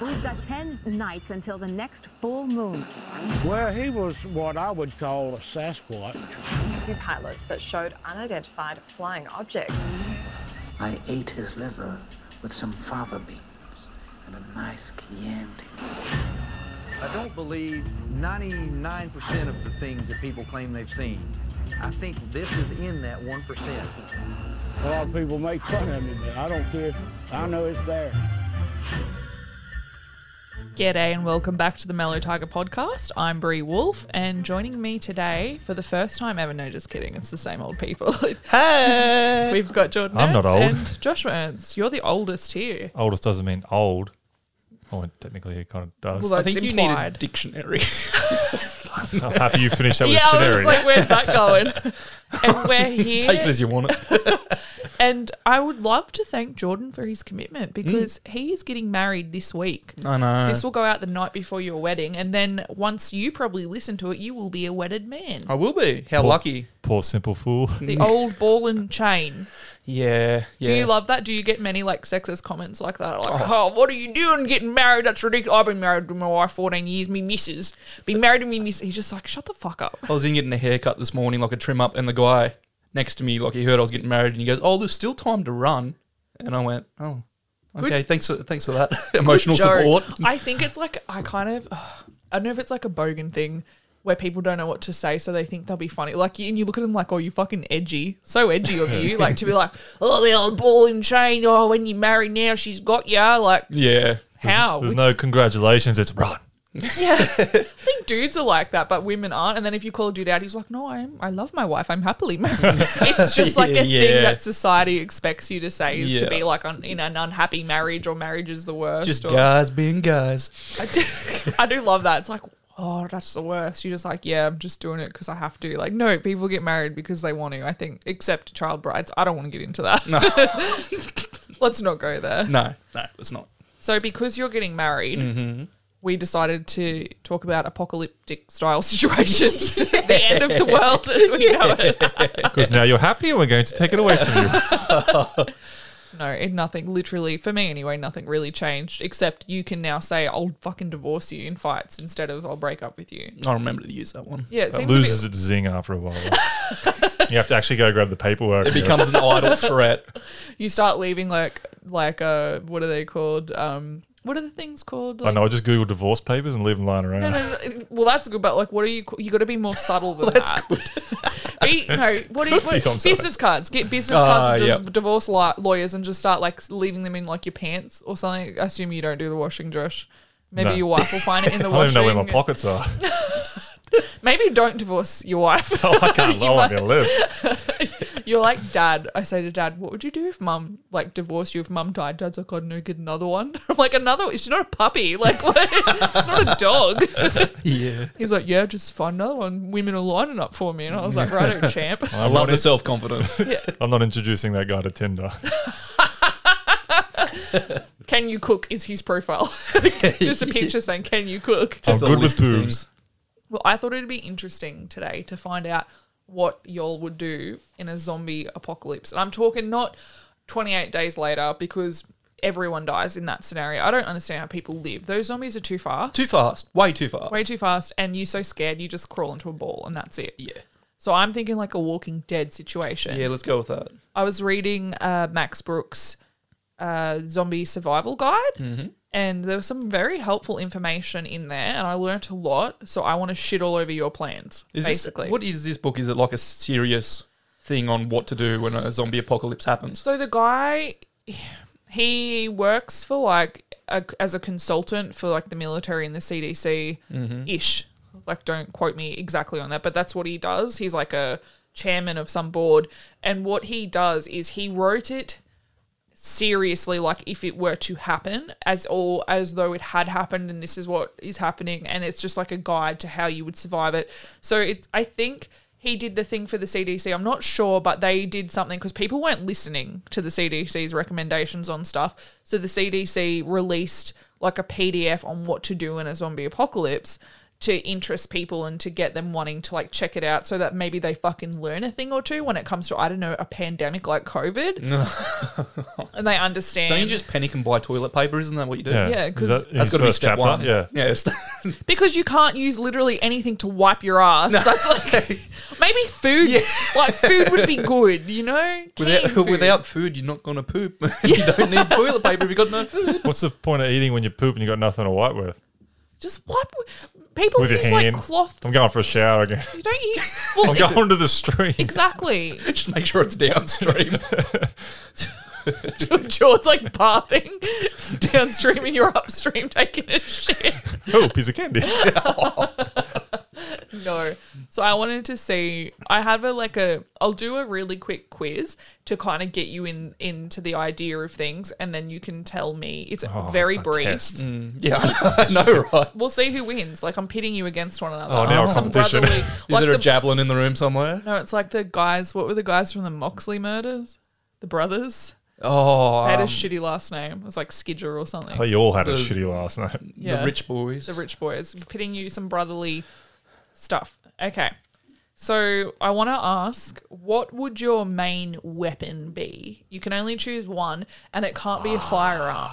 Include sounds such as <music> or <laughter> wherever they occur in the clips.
We've got 10 nights until the next full moon. Well, he was what I would call a Sasquatch. Two pilots that showed unidentified flying objects. I ate his liver with some fava beans and a nice Chianti. I don't believe 99% of the things that people claim they've seen. I think this is in that 1%. A lot of people <laughs> make fun of me, but I don't care. I know it's there. G'day and welcome back to the Mellow Tiger podcast. I'm Bree Wolf, and joining me today for the first time ever. No, just kidding. It's the same old people. <laughs> Hey! We've got Jordan. I'm not Ernst old. And Joshua Ernst, you're the oldest here. Oldest doesn't mean old. Oh, and technically it kind of does. Well, I'm that's think you need a implied. dictionary. happy <laughs> you finished that with yeah, I scenery. was like, where's that <laughs> going? and we're here. Take it as you want it. and I would love to thank Jordan for his Mm. commitment because he is getting married this week. I know. This will go out the night before your wedding, and then once you probably listen to it, you will be a wedded man. I will be. How lucky. Poor simple fool. The old ball and chain. Yeah. Yeah. Do you love that? Do you get many like sexist comments like that? Like, oh, what are you doing getting married? That's ridiculous. I've been married to my wife 14 years, me missus. Been married to me missus. He's just like, shut the fuck up. I was in getting a haircut this morning, like a trim up, and the guy next to me, like he heard I was getting married, and he goes, "Oh, there's still time to run," and I went, "Oh, okay, thanks for thanks for that <laughs> <laughs> emotional joke. support." I think it's like I kind of I don't know if it's like a bogan thing where people don't know what to say, so they think they'll be funny. Like you, and you look at them like, oh, you fucking edgy, so edgy of you, like to be like, oh, the old ball and chain. Oh, when you marry now, she's got ya. Like Yeah. how? There's no congratulations. It's run. yeah, I think dudes are like that, but women aren't. And then if you call a dude out, he's like, no, I'm I love my wife. I'm happily <laughs> married. it's just like a thing Yeah. that society expects you to say is to Yeah. be like un, in an unhappy marriage or marriage is the worst. Just or, guys being guys. I do, <laughs> I do love that. It's like, oh, that's the worst. You're just like, yeah, I'm just doing it because I have to. Like, no, people get married because they want to, I think, except child brides. I don't want to get into that. No. <laughs> Let's not go there. No, no, it's not. So, because you're getting married, Mm-hmm. we decided to talk about apocalyptic style <laughs> situations, <laughs> the end of the world as we know it. Because now you're happy and we're going to take it away from you. No, it, nothing literally, for me anyway, nothing really changed except you can now say, I'll fucking divorce you in fights instead of I'll break up with you. I remember to use that one. Yeah, <laughs> it That seems a bit- loses its zing after a while. you have to actually go grab the paperwork. It becomes an idle threat. you start leaving like like uh what are they called um what are the things called I like, know. "Oh, I just Google divorce papers and leave them lying around. no, no, no, well that's good but like what are you ca- you got to be more subtle <laughs> than that <laughs> Be- no what do you what, I'm sorry. business cards get business Ah, cards of dis- yep. divorce li- lawyers and just start like leaving them in like your pants or something I assume you don't do the washing Josh maybe No. your wife will find <laughs> it in the I don't even washing know where my pockets are. maybe don't divorce your wife <laughs> <laughs> Oh, I can't. I won't be able to live. You're like dad. I say to dad, what would you do if mum like divorced you? If mum died, dad's like, I don't know, get another one. <laughs> I'm like, another one? She's not a puppy. Like, <laughs> what? it's not a dog. Yeah. He's like, yeah, just find another one. Women are lining up for me, and I was like, righto, champ. I love the self confidence. I'm not introducing that guy to Tinder. Can you cook? Is his profile <laughs> just a picture saying, can you cook? I'm good with boobs. Well, I thought it'd be interesting today to find out what y'all would do in a zombie apocalypse. And I'm talking not 28 days later because everyone dies in that scenario. I don't understand how people live. Those zombies are too fast. Too fast. Way too fast. Way too fast. And you're so scared, you just crawl into a ball and that's it. yeah. So I'm thinking like a Walking Dead situation. Yeah, let's go with that. I was reading uh, Max Brooks' uh, Zombie Survival Guide, Mm-hmm. and there was some very helpful information in there, and I learnt a lot. So I want to shit all over your plans, Is this- basically. what is this book? Is it like a serious thing on what to do when a zombie apocalypse happens? so the guy, he works for like a, as a consultant for like the military and the CDC Mm-hmm. ish. Like, don't quote me exactly on that, but that's what he does. He's like a chairman of some board, and what he does is he wrote it seriously like if it were to happen as all as though it had happened and this is what is happening and it's just like a guide to how you would survive it so it i think he did the thing for the cdc i'm not sure but they did something because people weren't listening to the cdc's recommendations on stuff so the cdc released like a pdf on what to do in a zombie apocalypse to interest people and to get them wanting to like check it out so that maybe they fucking learn a thing or two when it comes to, I don't know, a pandemic like COVID. and they understand. Don't you just panic and buy toilet paper? Isn't that what you do? Yeah, <laughs> Yeah, Is 'cause that in That's got to be first step chapter? one. Yeah. <laughs> Yes. because you can't use literally anything to wipe your ass. That's <laughs> like maybe food. Like food would be good, you know? Canned <laughs> without, food. without food, you're not going to poop. <laughs> you don't need toilet paper if you've got no <laughs> food. What's the point of eating when you poop and you got nothing to wipe with? just wipe people With your use like hand. cloth. I'm going for a shower again. You don't <laughs> eat. Well, <laughs> I'm ex- going to the stream. exactly. <laughs> Just make sure it's downstream. George like bathing <laughs> downstream and you're upstream taking a shit. <laughs> Oh, piece of candy. No. So I wanted to see. I have a like a. I'll do a really quick quiz to kind of get you in into the idea of things, and then you can tell me. It's very Oh, A brief. Mm. test. <laughs> yeah, I know, right? <laughs> We'll see who wins. Like I'm pitting you against one another. Oh, now a Some competition. brotherly- <laughs> Is like there a the- javelin in the room somewhere? No, it's like the guys. What were the guys from the Moxley murders? The brothers. Oh, They had a um, Oh, shitty last name. It was like Skidger or something. They all had a The- shitty last night. Yeah. the rich boys. The rich boys. Pitting you some brotherly stuff. Okay. So I want to ask, what would your main weapon be? You can only choose one, and it can't be a firearm.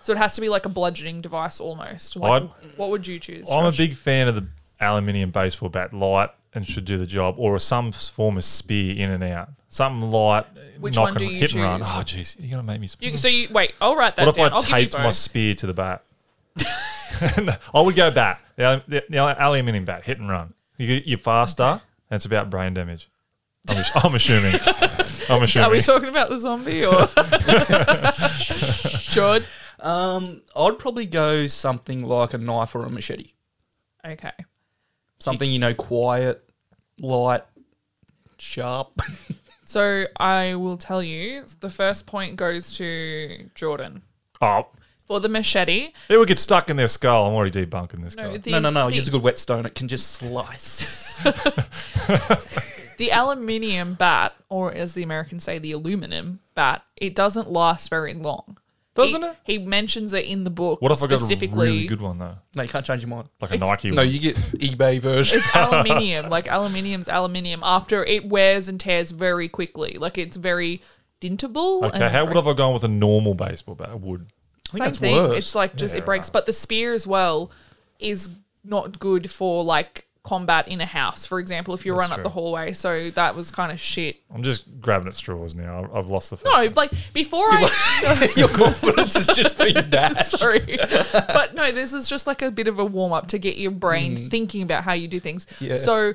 So it has to be like a bludgeoning device almost. Like, what would you choose? I'm a Josh? big fan of the aluminium baseball bat, light and should do the job, or some form of spear in and out. Something light, Which knock one do and you hit and run. choose? Oh, jeez, you're gonna make me. You, so you wait. I'll write that what if down. I I'll give you taped my both. spear to <laughs> the bat? <laughs> No, I would go bat. The, alu- the, the aluminium bat, hit and run. You, you're faster, and it's about brain damage. I'm, ass- <laughs> I'm assuming. I'm assuming. Are we talking about the zombie <laughs> or Jod? Um, I'd probably go something like a knife or a machete. Okay. Something you know, quiet, light, sharp. <laughs> So I will tell you the first point goes to Jordan. oh, For the machete. it would get stuck in their skull. I'm already debunking this No, guy. the, no, no, no. The, Use a good whetstone. It can just slice. <laughs> the aluminium bat, or as the Americans say, the aluminum bat, it doesn't last very long. Doesn't He- it? He mentions it in the book What if I got a specifically. really good one though, no, you can't change your mind. like a Nike No, one? you get eBay version. it's aluminium. <laughs> Like aluminium's aluminium. After it wears and tears very quickly. Like it's very dintable. okay, and how would have I gone with a normal baseball bat? I would. <laughs> I think Same that's thing. worse. It's <laughs> like just Yeah, it breaks. right. But the spear as well is not good for like combat in a house, for example, if you That's run up true. the hallway. So that was kind of shit. I'm just grabbing at straws now. I've- I've lost the. No, first one. like before I your confidence has just been <laughs> dashed. <laughs> sorry. but no, this is just like a bit of a warm up to get your brain thinking about how you do things. Mm. Yeah. So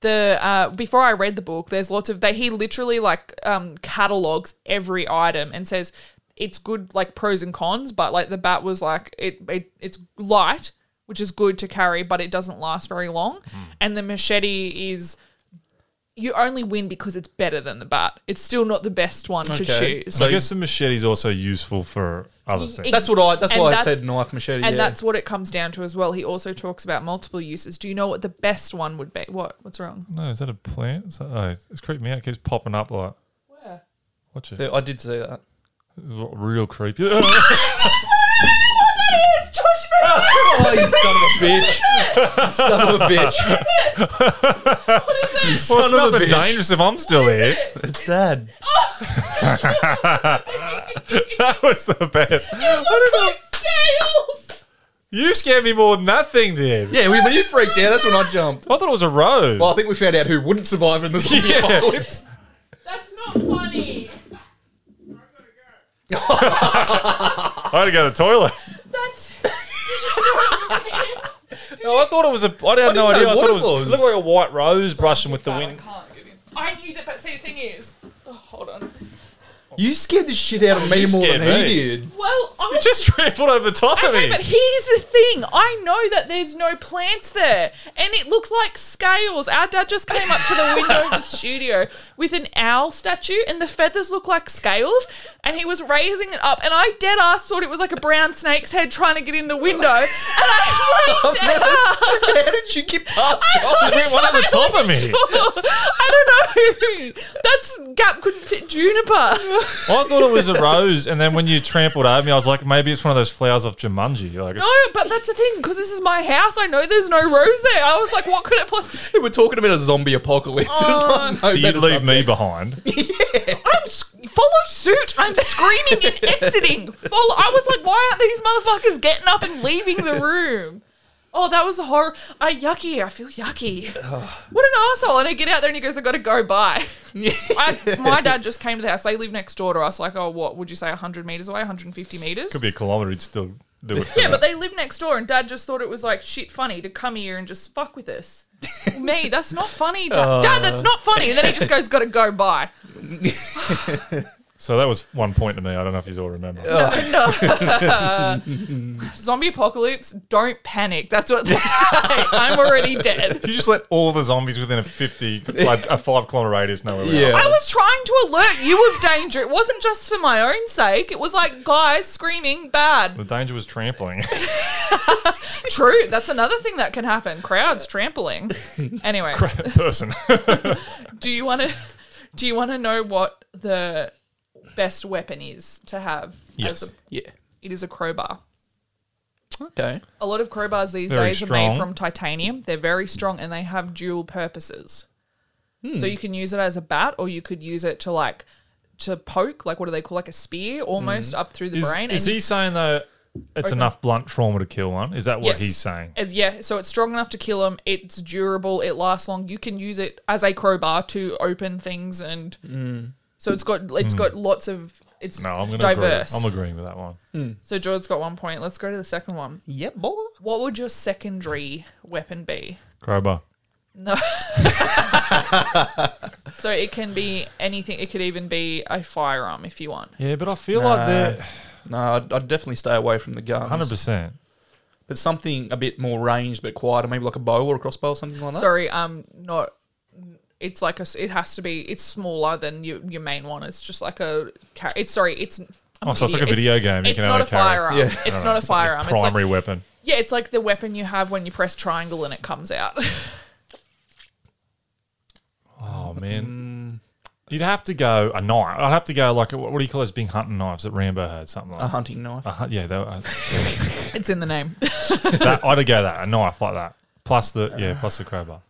the uh, before I read the book, there's lots of they he literally like um, catalogs every item and says it's good like pros and cons, but like the bat was like it, it it's light, which is good to carry, but it doesn't last very long, Mm. and the machete is. You only win because it's better than the bat. It's still not the best one to Okay. choose. I guess the machete is also useful for other things. That's what I. That's And why I that's- said knife machete. And yeah. that's what it comes down to as well. He also talks about multiple uses. Do you know what the best one would be? What? What's wrong? No, is that a plant? Is that, oh, it's creeping me out. It keeps popping up like. Where? Watch it. Yeah, I did say that. Real <laughs> creepy. <laughs> Oh, you son of a bitch! You son of a bitch! You Well, it's <laughs> son of a nothing bitch! dangerous if I'm still here. It's dad. <laughs> Oh, <laughs> That was the best. Look like scales. You scared me more than that thing did. Yeah, when when you freaked out, that's when I jumped. I thought it was a rose. Well, I think we found out who wouldn't survive <laughs> in this zombie apocalypse. That's not funny. I had to go to the toilet. That's. Did you not understand? No, I thought it was a. I had no know idea. I what thought it it was. was. It looked like a white rose brushing with the Oh, wind. I can't get in. I knew that, but see, the thing is, oh, hold on. You scared the shit out of me You more scared than me. he did. Well, I <laughs> It just trampled over the top Okay, of but me. here's the thing. I know that there's no plants there, and it looked like scales. Our dad just came up to the window of the studio with an owl statue, and the feathers look like scales. And he was raising it up, and I dead ass thought it was like a brown snake's head trying to get in the window, and I freaked <laughs> out. How did you get past Josh? <laughs> It went over the top of me. I don't know. That's Gap couldn't fit juniper. I thought it was a rose, and then when you trampled over me, I was like maybe it's one of those flowers off Jumanji. Like, No, but that's the thing because this is my house. I know there's no rose there. I was like, what could it possibly? We're talking about a zombie apocalypse. It's Oh. not- no so you'd better leave me subject. behind. <laughs> I'm s- follow suit. I'm screaming <laughs> and exiting. Follow. I was like, why aren't these motherfuckers getting up and leaving the room? Oh, that was a horror. I yucky. I feel yucky. What an asshole! And I get out there and he goes, I gotta go. <laughs> Bye. I, my dad just came to the house. They live next door to us. Like, oh, what would you say? 100 meters away? 150 meters? Could be a kilometer. You'd still do it. Yeah, but they live next door, and Dad just thought it was like shit funny to come here and just fuck with <laughs> us. Me, that's not funny, Dad. Uh. Dad, that's not funny. And then he just goes, "Got to go, bye." so that was one point to me. I don't know if you all remember. Zombie apocalypse. Don't panic. That's what they say. <laughs> I'm already dead. You just let all the zombies within a <laughs> fifty, like a five kilometer radius know where we Yeah. are. I was trying to alert you of danger. It wasn't just for my own sake. It was like guys screaming bad. The danger was trampling. <laughs> True. That's another thing that can happen. Crowds trampling. Anyways, person. do you want to do you want to know what the best weapon is to have Yes. as a Yeah. It is a crowbar. Okay. A lot of crowbars these Very days are strong. made from titanium. They're very strong and they have dual purposes. Hmm. So you can use it as a bat or you could use it to like to poke, like what do they call like a spear almost up through the Hmm. is, brain. is and he saying though? It's Open. enough blunt trauma to kill one. Is that what Yes. he's saying? It's- yeah, so it's strong enough to kill them. It's durable. It lasts long. You can use it as a crowbar to open things, and so it's got it's got lots of it's Hmm. No, I'm going to agree. diverse. I'm agreeing with that one. so George's got one point. Let's go to the second one. Yeah, boy. What would your secondary weapon be? Crowbar. <laughs> No. so it can be anything. It could even be a firearm if you want. Yeah, but I feel Nah. like they're No, I'd, I'd definitely stay away from the guns. 100%. But something a bit more ranged but quieter, maybe like a bow or a crossbow or something like that. Sorry, um, not. It's like a. s- It has to be. It's smaller than your your main one. It's just like a. ca- It's sorry. It's. I'm Oh, an so it's like a idiot. video game. You it's can not only a carry- firearm. Yeah. It's not a firearm. It's like, Primary weapon. yeah, it's like the weapon you have when you press triangle and it comes out. <laughs> Oh, man. You'd have to go a knife. I'd have to go like, what what do you call those big hunting knives that Rambo had? Something like A hunting knife. a hun- Yeah, they were, it's in the name. <laughs> that, I'd go that, a knife like that. Plus the, yeah, plus the crowbar.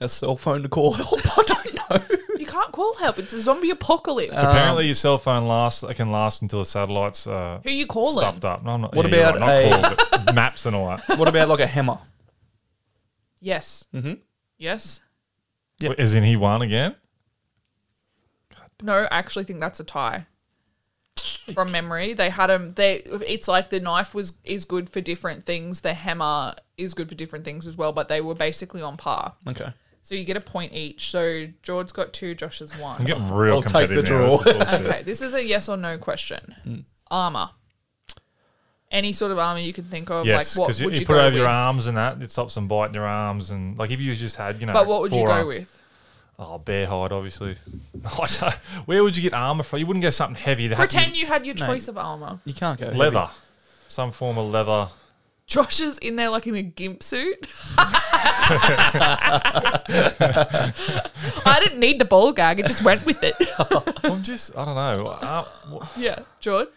A cell phone to call help. <laughs> I don't know. you can't call help. It's a zombie apocalypse. Um, Apparently, your cell phone lasts, it can last until the satellite's uh, Who you calling? stuffed up. No, I'm not, What yeah, you're about right, a- not called, but maps and all <laughs> that? What about like a hammer? Yes. Mm-hmm. Yes. Yep. Is in he won again? No, I actually think that's a tie. From memory, they had them. They it's like the knife was is good for different things. The hammer is good for different things as well. But they were basically on par. Okay. So you get a point each. So George's got two, Josh has one. I'm getting real I'll take the competitive now. This is bullshit. Okay, this is a yes or no question. Hmm. Armor. Any sort of armor you can think of, Yes, like what because you, would you, you put it go over with? your arms and that it stops them biting your arms and like if you just had you know. But what would you forearm- go with? Oh, bear hide, obviously. <laughs> I don't- Where would you get armor from? You wouldn't go something heavy. It'd have to be Pretend you had your choice of armor. You can't go leather, some form of leather. Josh is in there like in a gimp <laughs> suit. I didn't need the ball gag; it just went with <laughs> it. I'm just, I don't know. Ar- what- yeah, George.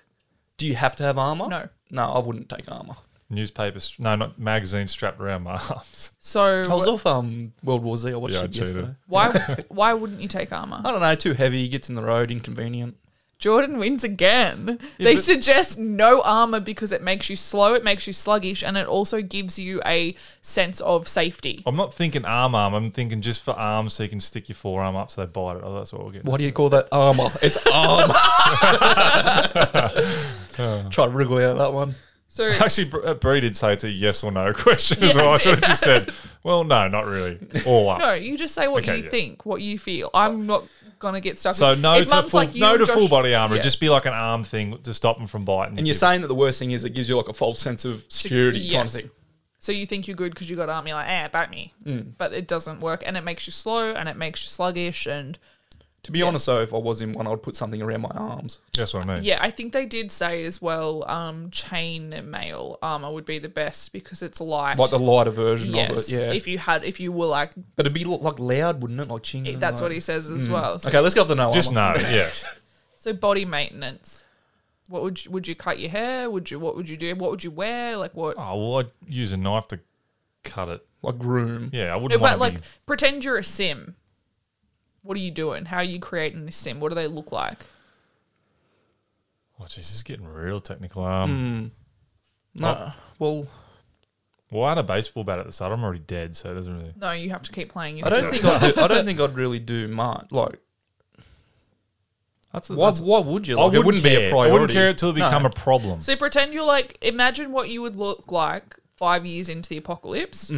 Do you have to have armor? No. No, I wouldn't take armor. Newspaper, str- no, not magazine strapped around my <laughs> arms. I was So off um, World War Z. I watched Yeah, I it cheated. yesterday. why why wouldn't you take armor? I don't know. Too heavy. Gets in the road. Inconvenient. Jordan wins again. they but- suggest no armor because it makes you slow, it makes you sluggish, and it also gives you a sense of safety. I'm not thinking arm arm. I'm thinking just for arms so you can stick your forearm up so they bite it. Oh, that's what we'll <laughs> get. Um, Why do you call that armor? <laughs> It's armor. Try to wriggle out that one. So <laughs> <laughs> Actually, Br- uh, Bree did say it's a yes or no <laughs> question as Yeah, I <laughs> well. I did. should have just said, well, no, not really. <laughs> All up. no, you just say what Okay, you yeah. think, what you feel. I'm not gonna get stuck. So with- no If to Mum's full, like, you no and to full Josh- body armor. Yeah. Just be like an arm thing to stop them from biting. And you're saying that the worst thing is it gives you like a false sense of security kind of Yes. thing. So you think you're good because you got army, like, eh, bite me. Mm. But it doesn't work, and it makes you slow, and it makes you sluggish, and To be honest, though, if I was in one, I'd put something around my arms. that's what I mean. Yeah, I think they did say as well. Um, chain mail armor would be the best because it's light. Like the lighter version yes, of it. Yeah. if you had, if you were like, but it'd be lo- like loud, wouldn't it? Like ching. and that's like- mm, what he says as well. So, <laughs> Okay, let's go off the no Just armor. no. Yes. so body maintenance. What would you, would you cut your hair? Would you what would you do? What would you wear? Like what? Oh well, I'd use a knife to cut it. Like groom. Yeah, I No, wouldn't want but to like be- pretend you're a sim. What are you doing? How are you creating this sim? What do they look like? Oh, jeez, this is getting real technical. Um, No. Well, Hmm. why had a baseball bat at the start? I'm already dead, so it doesn't really. No, you have to keep playing. Your I don't sim. think I'd do, <laughs> I don't think I'd really do much. Like, That's, a, why, that's why would you? I Like, it wouldn't care. be a priority. I wouldn't care until it No. become a problem. So pretend you're like, imagine what you would look like five years into the apocalypse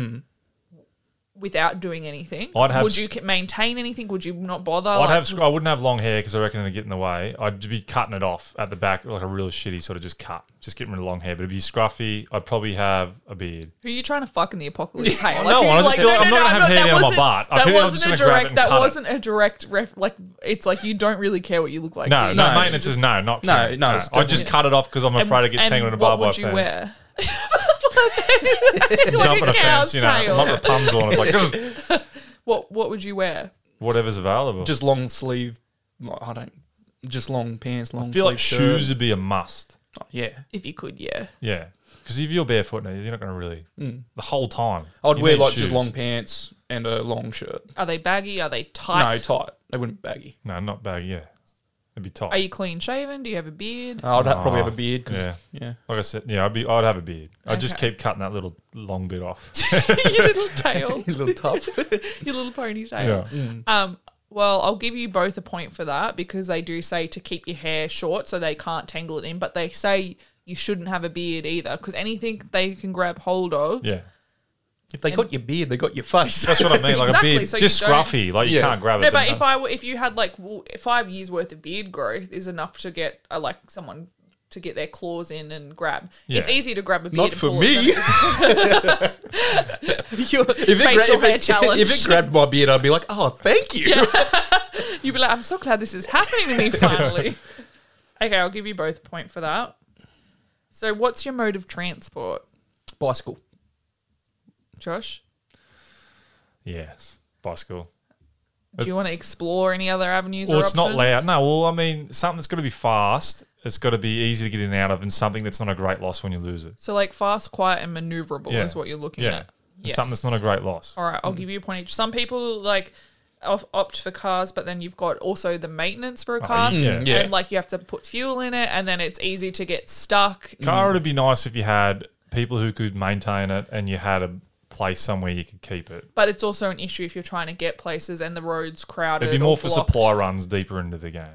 without doing anything. Mm. I'd have- would you ca- maintain anything? Would you not bother? I'd have sc- I wouldn't have long hair because I reckon it'd get in the way. I'd be cutting it off at the back like a real shitty sort of just cut, just getting rid of long hair. But it'd be scruffy. I'd probably have a beard. who are you trying to fuck in the apocalypse? <laughs> Hey, like, no, who- I just feel- I'm not gonna have hair that down my wasn't- butt. I That feel like I'm wasn't a just gonna grab it direct. and That cut it. wasn't a direct ref. Like it's like you don't really care what you look like. do No, you? no, No, maintenance is no, not no, caring. no, it's I just definitely- cut it off because I'm afraid I get And tangled in a what barbed wire would you fence. wear? <laughs> <laughs> Jump a <laughs> on a cow's fence, you know, tail. like Rapunzel, and <laughs> it's like <laughs> What What would you wear? whatever's available. Just long sleeve. Like, I don't. Just long pants, long I feel like sleeve shoes shirt. would be a must. Yeah. If you could, yeah. Yeah, because if you're barefoot, now, you're not going to really the whole time. Hmm. I'd you wear need like shoes. just long pants and a long shirt. Are they baggy? Are they tight? No, tight. They wouldn't be baggy. No, not baggy. Yeah, it'd be tight. Are you clean shaven? Do you have a beard? I'd ha- probably Ah, have a beard. 'cause- yeah. yeah. like I said, yeah, I'd be. I'd have a beard. I'd just Okay. keep cutting that little long bit <laughs> off. <laughs> Your little tail. a <laughs> little tough. <laughs> your little yeah. ponytail. Mm. Um, well, I'll give you both a point for that because they do say to keep your hair short so they can't tangle it in, but they say you shouldn't have a beard either because anything they can grab hold of. yeah, if they got your beard, they got your face. that's what I mean. Like Exactly, a beard, so you just don't- scruffy. Like you Yeah. can't grab No, it. but if I were- if you had like well, five years worth of beard growth is enough to get uh, like someone to get their claws in and grab. It's Yeah. easy to grab a beard. <laughs> Not and for pull me. It <laughs> Your facial hair challenge. <laughs> if it grabbed my beard, I'd be like, oh, thank you. You'd be like, I'm so glad this is happening to <laughs> me finally. okay, I'll give you both a point for that. So, what's your mode of transport, <laughs> Bicycle. Josh? yes, bicycle. Do you want to explore any other avenues? Well, or it's not options? loud. No, well, I mean, something that's got to be fast. It's got to be easy to get in and out of, and something that's not a great loss when you lose it. So, like fast, quiet, and maneuverable Yeah. is what you're looking Yeah, at. And something that's not a Mm. great loss. All right, I'll give you a point each. Some people like op- opt for cars, but then you've got also the maintenance for a car, Uh, yeah. yeah. and like you have to put fuel in it, and then it's easy to get stuck. Car would be nice if you had people who could maintain it, and you had a place somewhere you could keep it. But it's also an issue if you're trying to get places and the roads crowded. It'd be or more for blocked. supply runs deeper into the game.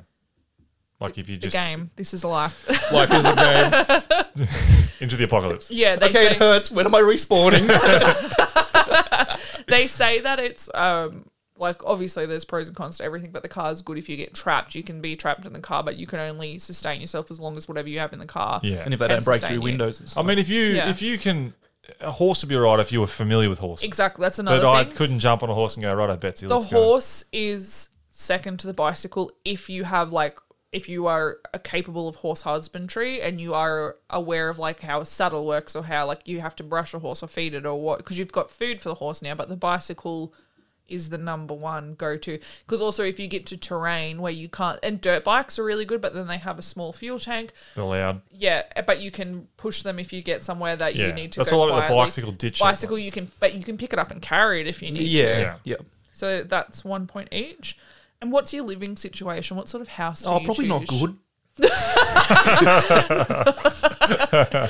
Like if you The just <laughs> game. This is life. Life is a <laughs> game. into the apocalypse. yeah, they Okay, say it hurts. When am I respawning? they say that it's um like obviously there's pros and cons to everything, but the car is good if you get trapped. You can be trapped in the car, but you can only sustain yourself as long as whatever you have in the car. <laughs> Yeah. and if they Can don't break sustain through you. windows, it's I mean, if you Yeah. if you can, a horse would be alright if you were familiar with horses. Exactly. That's another But I thing. couldn't jump on a horse and go right. I bet the horse is second to the bicycle if you have like if you are a capable of horse husbandry and you are aware of like how a saddle works or how like you have to brush a horse or feed it or what because you've got food for the horse now but the bicycle is the number one go to because also if you get to terrain where you can't and dirt bikes are really good but then they have a small fuel tank They're loud. yeah but you can push them if you get somewhere that Yeah. you need to That's go all about the quietly. bicycle ditch. bicycle you can but you can pick it up and carry it if you need to. Yeah, Yeah. yeah. So that's one point each. And what's your living situation? What sort of house do Oh, you probably not choose? <laughs> good. <laughs> I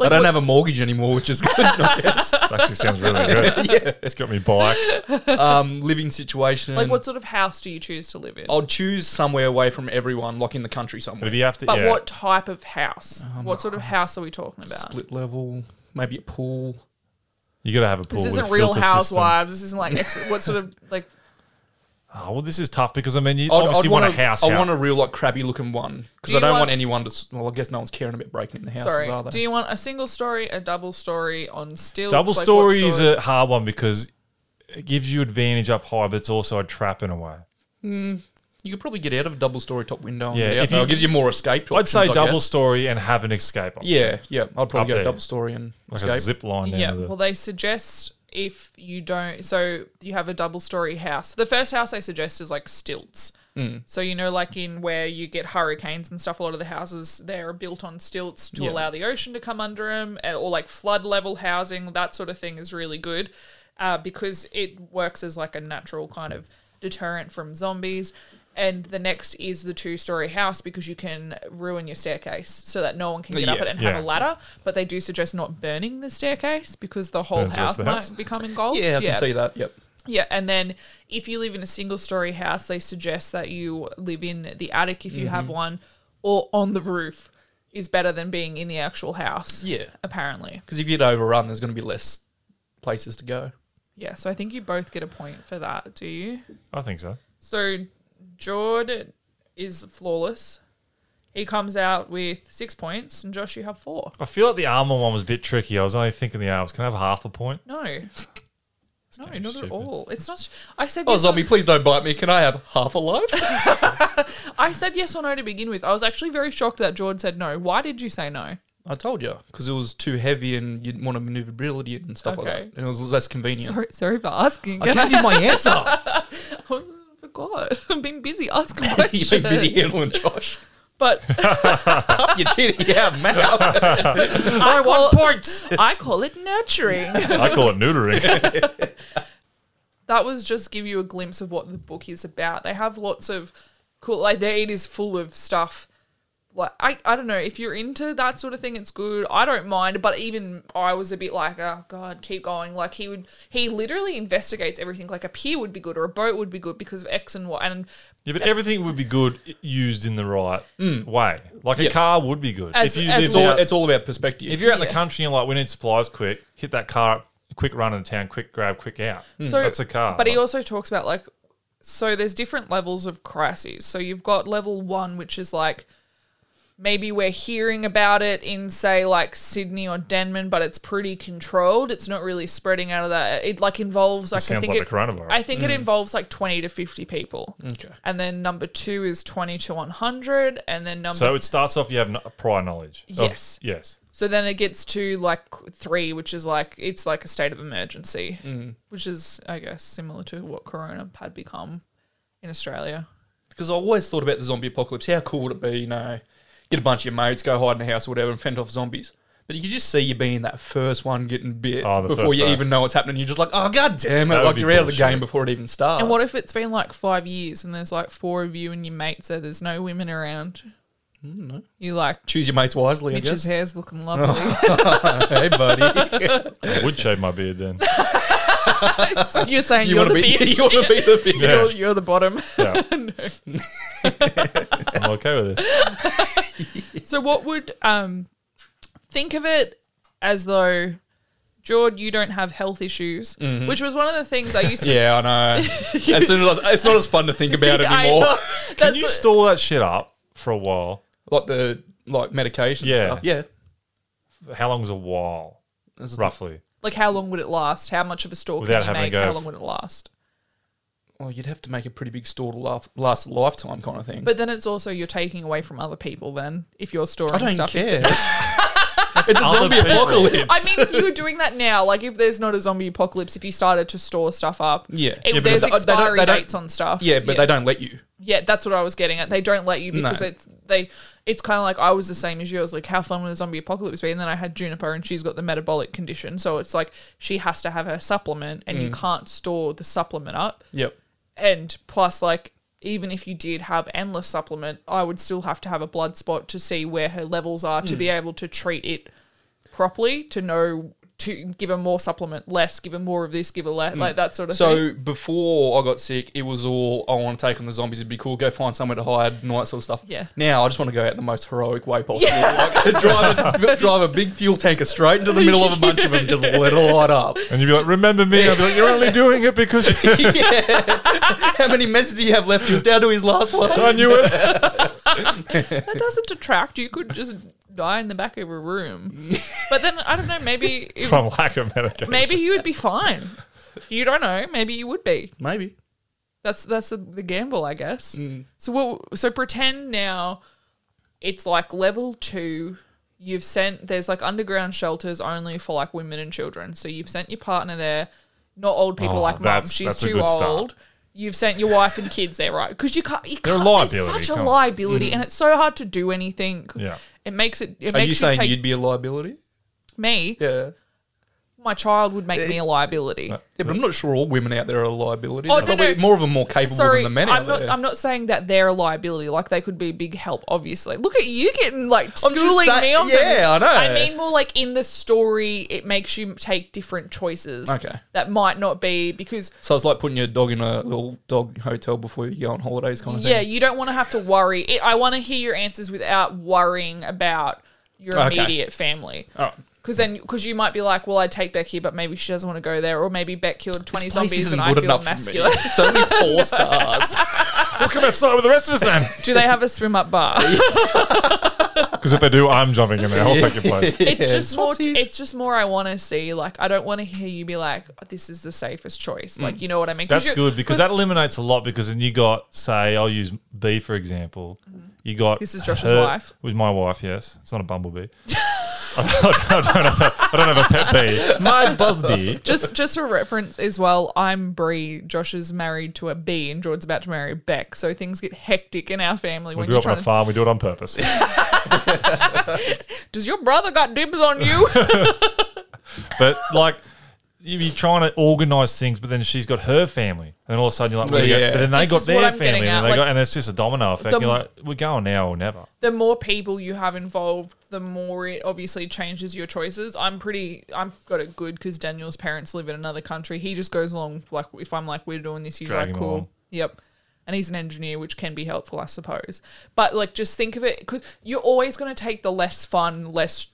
don't have a mortgage anymore, which is good. <laughs> I guess. That actually sounds really good. <laughs> yeah. It's got me bike. Um, living situation. Like, what sort of house do you choose to live in? I'll choose somewhere away from everyone, like in the country somewhere. But you have to. but yeah. what type of house? what sort of house are we talking about? Oh, Split level, maybe a pool. You gotta have a pool. This with isn't a Real filter Housewives. This isn't <laughs> like ex- what sort of like System. Oh well, this is tough because I mean, you I'd, obviously I'd want, wanna- a house. I out. want a real like crabby looking one because Do I you don't want, want- anyone to. s- Well, I guess no one's caring about breaking in the houses, sorry. are they? Do you want a single story, a double story on stilts? Double Like, what story is sort- a hard one because it gives you advantage up high, but it's also a trap in a way. You could probably get out of a double story top window. And Yeah, get out if there. you- it gives you more I'd escape. options, say I double guess. story and have an escape. option. Yeah, yeah. I'd Up probably there. go double story and like a escape. zip line. Down Yeah, to the- well, they suggest if you don't, so you have a double story house. The first house they suggest is like stilts. Mm. So you know, like in where you get hurricanes and stuff, a lot of the houses there are built on stilts to Yeah. allow the ocean to come under them, or like flood level housing. That sort of thing is really good uh, because it works as like a natural kind of deterrent from zombies. And the next is the two story house because you can ruin your staircase so that no one can get up Yeah, it and yeah. have a ladder. But they do suggest not burning the staircase because the whole Burns the rest house of the might house. become engulfed. Yeah, I can see that. Yep. Yeah, and then if you live in a single story house, they suggest that you live in the attic if you have Mm-hmm. one, or on the roof is better than being in the actual house. Yeah. Apparently. Because if you get overrun, there's going to be less places to go. Yeah, so I think you both get a point for that, do you? I think so. So Jord is flawless. He comes out with six points, and Josh, you have four. I feel like the armor one was a bit tricky. I was only thinking the arms. Can I have half a point? No. No, damn not at stupid. all. It's not. I said. Oh, yes zombie, or- please don't bite me. Can I have half a life? I said yes or no to begin with. I was actually very shocked that Jord said no. Why did you say no? I told you. Because it was too heavy and you didn't want to maneuverability and stuff like Okay. that. And it was less convenient. Sorry, sorry for asking. I I, <laughs> gave you my answer. forgot. <laughs> I've been busy asking <laughs> You've questions. been busy handling Josh. <laughs> But Up your titty out <laughs> mouth. I want points. I call it nurturing. I call it <laughs> neutering. that was just give you a glimpse of what the book is about. They have lots of cool like there it is full of stuff. Like I, I don't know, if you're into that sort of thing, it's good. I don't mind, but even I was a bit like, oh God, keep going. Like he would he literally investigates everything. Like a pier would be good or a boat would be good because of X and Y and yeah, but everything would be good i- used in the right way. Like a Mm. Yeah. car would be good. As- if you as lived It's all, out- it's all about perspective. if you're out in Yeah. the country and like we need supplies quick, hit that car up, quick run into town, quick grab, quick out. Mm. So that's a car. But he Like, also talks about like, so there's different levels of crises. So you've got level one, which is like, maybe we're hearing about it in say like Sydney or Denman, but it's pretty controlled. It's not really spreading out of that. It like involves like I sounds think like it, the coronavirus. I think it involves like twenty to fifty people. Okay. And then number two is twenty to one hundred, and then number so it starts off you have no, prior knowledge. of- Yes. yes. so then it gets to like three, which is like it's like a state of emergency, Mm. which is I guess similar to what Corona had become in Australia. because I always thought about the zombie apocalypse. How cool would it be, you know, get a bunch of your mates, go hide in a house or whatever, and fend off zombies. But you could just see you being that first one getting bit Oh, the before first you day. even know what's happening. You're just like, oh god damn it! That would Like be you're out of the bullshit. game before it even starts. And what if it's been like five years and there's like four of you and your mates, so there's no women around? You like choose your mates wisely? I Mitch's guess. hair's <laughs> looking lovely. <laughs> hey buddy, I would shave my <laughs> beard then. so you're saying you you are want the to be <laughs> bitch. you want to be the bitch. Yeah. You're, you're the bottom. Yeah. I'm okay with this. So what would um think of it as though Jord, you don't have health issues, Mm-hmm. which was one of the things I <laughs> used to <laughs> Yeah, <laughs> I know. as soon as I, it's not as fun to think about I anymore. <laughs> know. Can That's you store that shit up for a while? Like the like medication Yeah. stuff. Yeah, How long's a while? Roughly. like how long would it last? How much of a store can Without you having to make? go How f- long would it last? Well, you'd have to make a pretty big store to laugh, last a lifetime kind of thing. But then it's also you're taking away from other people. Then if you're storing I don't stuff, if- <laughs> care. it's a zombie people. apocalypse. I mean, if you were doing that now, like if there's not a zombie apocalypse, if you started to store stuff up, Yeah. it, Yeah, but there's they don't- they don't- expiry they don't- dates on stuff. yeah, but they don't let you. Yeah, that's what I was getting at. They don't let you because No. it's they. It's kind of like I was the same as you. I was like, how fun would a zombie apocalypse be? And then I had Juniper, and she's got the metabolic condition, so it's like she has to have her supplement, and you Mm. can't store the supplement up. Yep. And plus, like even if you did have endless supplement, I would still have to have a blood spot to see where her levels are to be able to treat it properly to know to give her more supplement, less, give her more of this, give her less, like that sort of thing. So before I got sick, it was all I want to take on the zombies. It'd be cool. Go find somewhere to hide and all that sort of stuff. Yeah. Now I just want to go out the most heroic way possible. Like, <laughs> drive, a, drive a big fuel tanker straight into the middle of a bunch of them. Just let it light up. And you'd be like, remember me? I'd be like, you're only doing it because <laughs> How many meds do you have left? He was down to his last one. I knew <laughs> it. that doesn't detract. You could just die in the back of a room. But then I don't know. Maybe it- From lack of medication. maybe you would be fine. You don't know. Maybe you would be. Maybe. That's that's the, the gamble, I guess. Mm. So what? So pretend now it's like level two. You've sent there's like underground shelters only for like women and children. So you've sent your partner there, not old people Oh, like mum. that's- She's that's a too good old. start. You've sent your wife and kids there, right? Because you can't. You They're a can't There's liability, such a come on. liability, and it's so hard to do anything. Yeah. It makes it. It Are makes you saying take you'd be a liability? me. Yeah. My child would make me a Uh, liability. Yeah, but I'm not sure all women out there are a liability. Oh, no, They're probably no. More of them more capable Sorry, than the men I'm out not. there. I'm not saying that they're a liability. Like they could be a big help. Obviously, look at you getting like I'm just schooling saying- me on yeah, things. I know. I mean, more like in the story, it makes you take different choices. Okay. that might not be because so it's like putting your dog in a little dog hotel before you go on holidays kind of Yeah, thing. you don't want to have to worry. It, I want to hear your answers without worrying about your Okay. immediate family. All right. Because then, because you might be like, well, I'd take Beck here, but maybe she doesn't want to go there, or maybe Beck killed twenty This place zombies isn't and I good feel enough for me. masculine. It's only four stars. We'll come outside with the rest of us then. <laughs> Do they have a swim up bar? <laughs> Because if they do, I'm jumping in there. I'll take your place. it's just more. swapsies. It's just more. I want to see. Like, I don't want to hear you be like, "Oh, "This is the safest choice." Like, you know what I mean? 'Cause Mm. That's you're- good because that eliminates a lot. Because then you got, say, I'll use B for example. You got This is Josh's her- wife. With my wife, yes. It's not a bumblebee. <laughs> I don't have a pet bee. My Busby. just just for reference as well, I'm Bree. Josh is married to a bee, and Jordan's about to marry Beck. So things get hectic in our family We when grew you're up on a trying to. farm. We do it on purpose. Does your brother got dibs on you? But like, you- you're trying to organise things, but then she's got her family, and then all of a sudden you're like, Well, well, yeah. but then they This got is what their I'm getting family, and, at, they like- got, and it's just a domino effect. The- you're like, we're going now or never. the more people you have involved, the more it obviously changes your choices. I'm pretty. I've got it good because Daniel's parents live in another country. He just goes along. Like if I'm like, we're doing this, he's like, Drag him cool. along. Yep. And he's an engineer, which can be helpful, I suppose. But like, just think of it because you're always going to take the less fun, less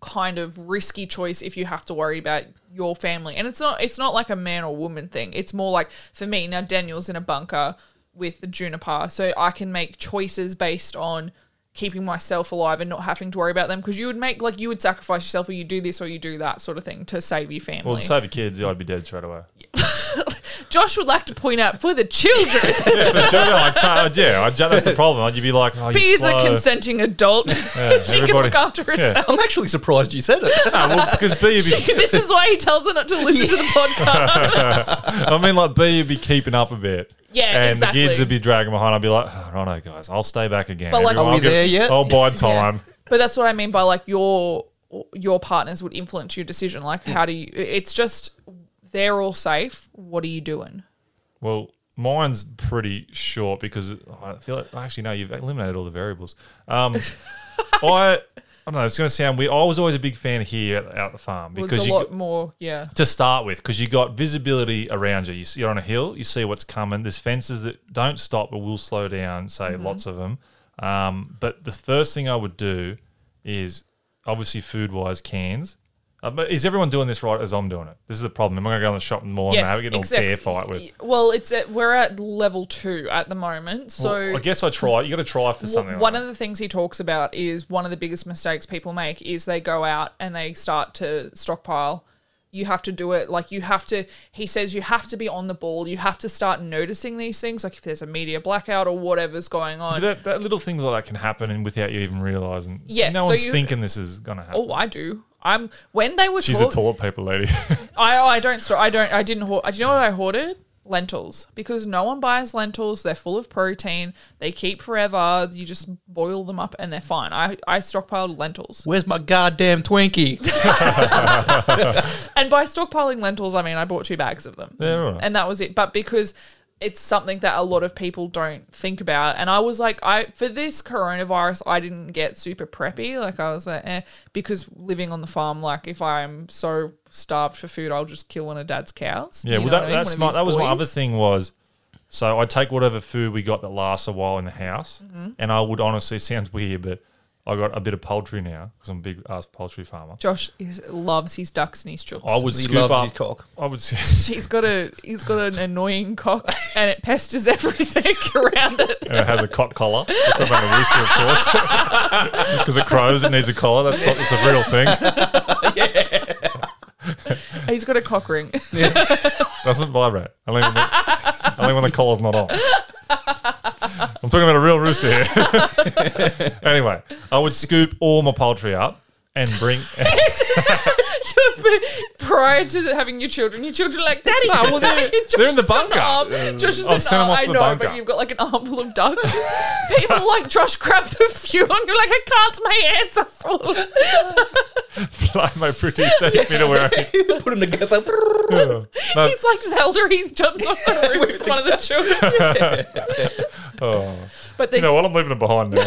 kind of risky choice if you have to worry about your family. And it's not it's not like a man or woman thing. It's more like for me now Daniel's in a bunker with the juniper, so I can make choices based on keeping myself alive and not having to worry about them because you would make like you would sacrifice yourself or you do this or you do that sort of thing to save your family. Well, to save the kids, I'd be dead straight away. <laughs> Josh would like to point out for the children, But sure, I'd say, "Oh, yeah, I'd, that's the problem. I'd, you'd be like, oh, B you're is a slow. consenting adult. <laughs> she can everybody- look after herself. I'm actually surprised you <laughs> said it. No, <laughs> well, because B, would be, This is why he tells her not to listen to the <laughs> podcast. I mean, like B, would be keeping up a bit. Yeah, and exactly. the kids would be dragging behind. I'd be like, oh, righto, guys, I'll stay back again. But, like- Everyone, Are we I'll give- there yet? <laughs> I'll buy time. But that's what I mean by like your your partners would influence your decision. Like, how do you? It's just they're all safe. What are you doing? Well, mine's pretty short because I feel like actually no, you've eliminated all the variables. <laughs> Um, I I don't know. It's going to sound weird. I was always a big fan here at, at the farm Well, because it's a you lot more. Yeah, to start with because you got visibility around you. you see, you're on a hill, you see what's coming. There's fences that don't stop but will slow down, say Mm-hmm. lots of them. Um, but the first thing I would do is obviously food wise cans. Uh, but is everyone doing this right as I'm doing it? This is the problem. Am I going to go in the shop and more yes. now? We're getting except- all bear fight with. Well, it's at, we're at level two at the moment, so. Well, I guess I try. You got to try for something. One like of the things he talks about is one of the biggest mistakes people make is they go out and they start to stockpile. You have to do it like you have to. He says you have to be on the ball. You have to start noticing these things, like if there's a media blackout or whatever's going on. that. That, that little things like that can happen, and without you even realizing. Yes, no so one's you- thinking this is going to happen. Oh, I do. I'm when they were She's talk- a toilet paper lady. <laughs> I oh, I don't store. I don't. I didn't hoard. Do you know what I hoarded? Lentils because no one buys lentils. They're full of protein. They keep forever. You just boil them up and they're fine. I I stockpiled lentils. Where's my goddamn Twinkie? And by stockpiling lentils, I mean I bought two bags of them. Yeah, right. <laughs> And that was it. But because it's something that a lot of people don't think about. And I was like, I for this coronavirus, I didn't get super preppy. Like I was like, eh, because living on the farm, like if I'm so starved for food, I'll just kill one of dad's cows. Yeah, You well, know that, what I mean? One that's of my, his that was my boys. other thing was. So I take whatever food we got that lasts a while in the house, Mm-hmm. and I would honestly it sounds weird, but I got a bit of poultry now because I'm a big ass poultry farmer. Josh is, loves his ducks and his chooks. I would He scoop loves up. his cock. <laughs> I would. <laughs> s- He's got a he's got an annoying cock, and it pesters everything <laughs> around it. and it has a cock collar. We're talking about a rooster, of course, <laughs> because it crows. It needs a collar. That's not, it's a real thing. He's got a cock ring. <laughs> Doesn't vibrate. Only when the, only when the collar's not on. I'm talking about a real rooster here. <laughs> anyway, I would scoop all my poultry up and bring. You're <laughs> prior to the- having your children, your children are like, Daddy, No, well, they're- Daddy, <laughs> Josh they're in the has got an bunker. arm." Uh, Josh has I'll got an send arm. them off I know, to the but bunker. you've got like an armful of ducks. People like, Josh, grab the few. And you're like, I can't, my hands are full. Fly my pretty state me <laughs> to where I Put them together. <laughs> No. He's like Zelda, he jumps off the roof with one of the <laughs> children. Oh. But they, You know what? I'm leaving it <laughs> behind now.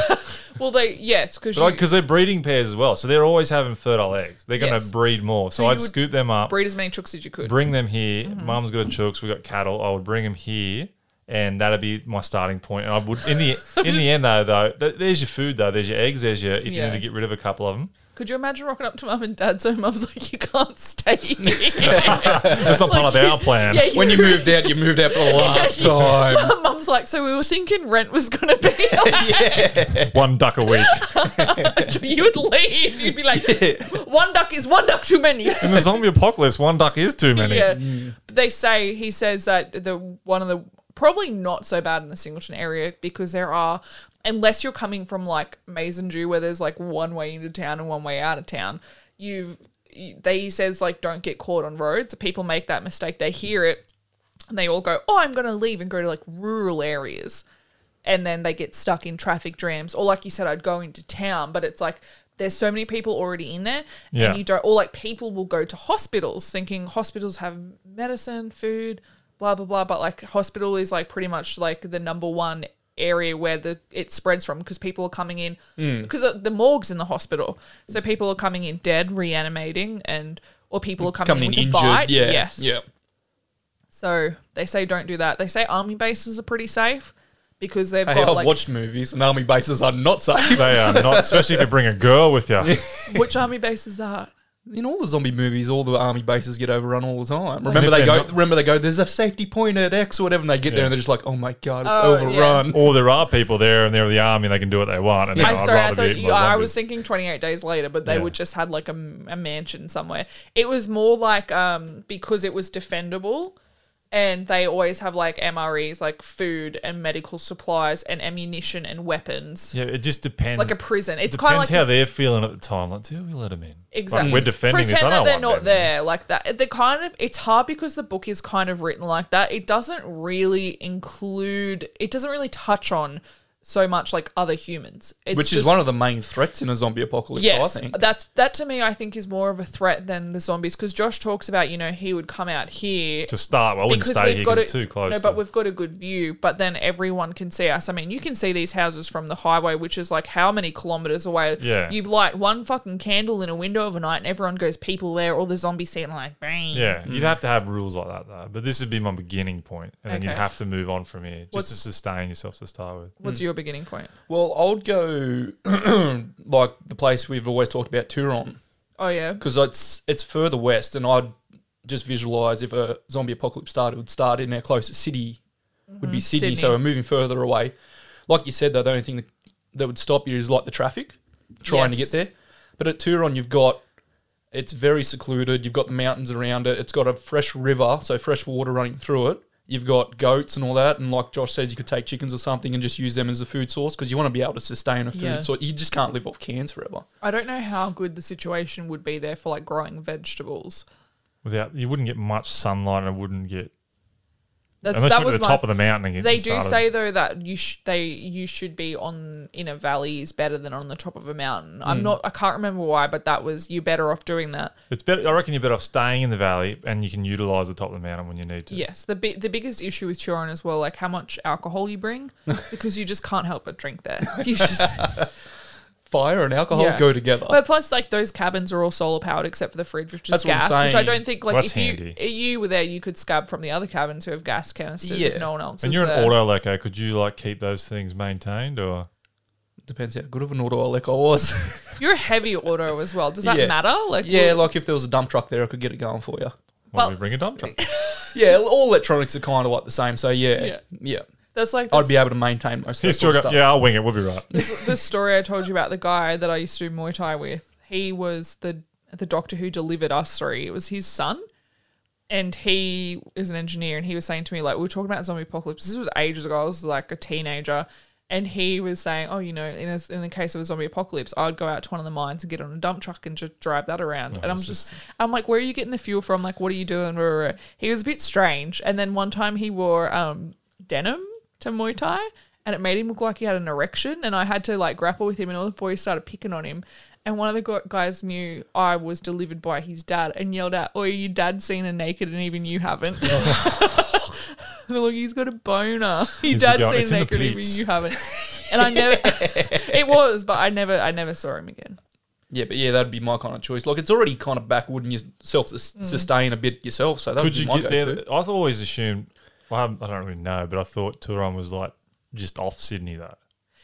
well, they, yes, because you Because they're breeding pairs as well. So they're always having fertile eggs. They're going to Yes. breed more. So, So you I'd would scoop them up, breed Mm-hmm. as many chooks as you could. bring them here. Mum's got a chooks. we got cattle. I would bring them here. And that'd be my starting point. And I would <laughs> in the in the end though though th- there's your food though there's your eggs there's your if you Yeah. need to get rid of a couple of them Could you imagine rocking up to mum and dad so mum's like, you can't stay here? <laughs> that's not part of our plan yeah, When you moved out, you moved out for the last time. <laughs> Mum's like, so we were thinking rent was going <laughs> to be like, one duck <laughs> a week you would leave. You'd be like, one duck is one duck too many. in the zombie apocalypse one duck is too many yeah. But they say, he says that the one of the, probably not so bad in the Singleton area because there are, unless you're coming from like Mason Dew where there's like one way into town and one way out of town, you've, you- they he says like don't get caught on roads. People make that mistake. They hear it and they all go, oh, I'm going to leave and go to like rural areas. and then they get stuck in traffic jams. Or like you said, I'd go into town, but it's like there's so many people already in there, Yeah. and you don't. Or like people will go to hospitals thinking hospitals have medicine, food, blah blah blah. But like hospital is like pretty much like the number one area where the it spreads from because people are coming in Mm. because the morgue's in the hospital, so people are coming in dead, reanimating, and or people are coming, Coming in in with injured. a bite. Yeah. Yes. Yeah. So they say don't do that. They say army bases are pretty safe because they've Hey, got I've like watched movies and army bases are not <laughs> safe. they are not especially if you bring a girl with you Which army base is that? in all the zombie movies, all the army bases get overrun all the time. Remember they they're go. not- remember they go. There's a safety point at X or whatever, and they get there and they're just like, "Oh my god, it's Oh, yeah. overrun." or there are people there and they're the army and they can do what they want. And I'm I'd sorry, I rather thought be you, I was thinking 28 days later, but they Yeah. would just had like a, a mansion somewhere. It was more like um because it was defendable, and they always have like MREs, like food and medical supplies and ammunition and weapons, Yeah, it just depends. like a prison. It's kind of depends like how this- they're feeling at the time. Like, do we let them in? Exactly. Like, we're defending Pretend this. I that don't they're want not them. there like that. They kind of it's hard because the book is kind of written like that. It doesn't really include. It doesn't really touch on so much like other humans, it's Which is just- one of the main threats in a zombie apocalypse. Yes, I think. that's that to me. I think is more of a threat than the zombies because Josh talks about you know he would come out here To start, well, I wouldn't because stay we've here got because it it's too close. No, to- but we've got a good view. But then everyone can see us. I mean, you can see these houses from the highway, which is like how many kilometers away? Yeah. you light one fucking candle in a window of a night, and everyone goes, "People there!" All the zombies see it, and like, "Bang." yeah, you'd have to have rules like that, though. But this would be my beginning point, and then Okay. you'd have to move on from here just What's- to sustain yourself to start with. What's your beginning point? Well, I would go <clears throat> like the place we've always talked about, Turon, Oh yeah, because it's it's further west, and I'd just visualize if a zombie apocalypse started, it would start in our closest city, would be Sydney, So Mm-hmm. Sydney. we're moving further away. Like you said, though, the only thing that, that would stop you is like the traffic Yes. trying to get there. But at Turon, you've got it's very secluded. You've got the mountains around it. It's got a fresh river, so fresh water running through it. You've got goats and all that, and like Josh says, you could take chickens or something and just use them as a food source because you want to be able to sustain a food Yeah. source. You just can't live off cans forever. I don't know how good the situation would be there for like growing vegetables. Without you wouldn't get much sunlight, and it wouldn't get That's unless that you was went to the my top of the mountain. And get They do started. say though that you sh- they you should be on in a valley is better than on the top of a mountain. Mm. I'm not I can't remember why, but that was you're better off doing that. it's better. I reckon you're better off staying in the valley, and you can utilize the top of the mountain when you need to. Yes, the bi- the biggest issue with Turon as well, like how much alcohol you <laughs> bring, because you just can't help but drink there. You just Fire and alcohol Yeah. go together. But plus, like those cabins are all solar powered except for the fridge, which is That's what I'm gas. Which I saying. don't think like Well, if that's you handy. if you were there, you could scab from the other cabins who have gas canisters. Yeah. if no one else. And is you're there. an auto loco. Could you like keep those things maintained, or Depends how good of an auto I like I was. You're a heavy auto as well. Does that <laughs> Yeah. matter? Like yeah, will- like if there was a dump truck there, I could get it going for you. why Well- don't we bring a dump <laughs> truck? Yeah, all electronics are kind of like the same. So yeah, Yeah. yeah, that's like I'd be this- able to maintain most of that He's sort still of got, stuff. yeah, I'll wing it. We'll be right. the story I told you about the guy that I used to do Muay Thai with. He was the the doctor who delivered us three. It was his son, and he is an engineer. And he was saying to me like we were talking about zombie apocalypse. This was ages ago. I was like a teenager, and he was saying, "Oh, you know, in a, in the case of a zombie apocalypse, I'd go out to one of the mines and get on a dump truck and just drive that around." and I'm this just, I'm like, "Where are you getting the fuel from? Like, what are you doing?" Blah, blah, blah. He was a bit strange. And then one time he wore um, denim to Muay Thai, and it made him look like he had an erection. And I had to like grapple with him, and all the boys started picking on him. And one of the gu- guys knew I was delivered by his dad and yelled out, "Oh, your dad's seen her naked, and even you <laughs> haven't." <laughs> Look, he's got a boner. Your the dad's guy- seen it's in the naked, and even pits. you haven't. And I never, <laughs> it was, but I never, I never saw him again. Yeah, but yeah, that'd be my kind of choice. Like it's already kind of backward and you self sus- Mm. sustain a bit yourself, so that would Could be you my get there? go-to. I've always assumed. Well, I haven't- I don't really know, but I thought Turon was like just off Sydney, though,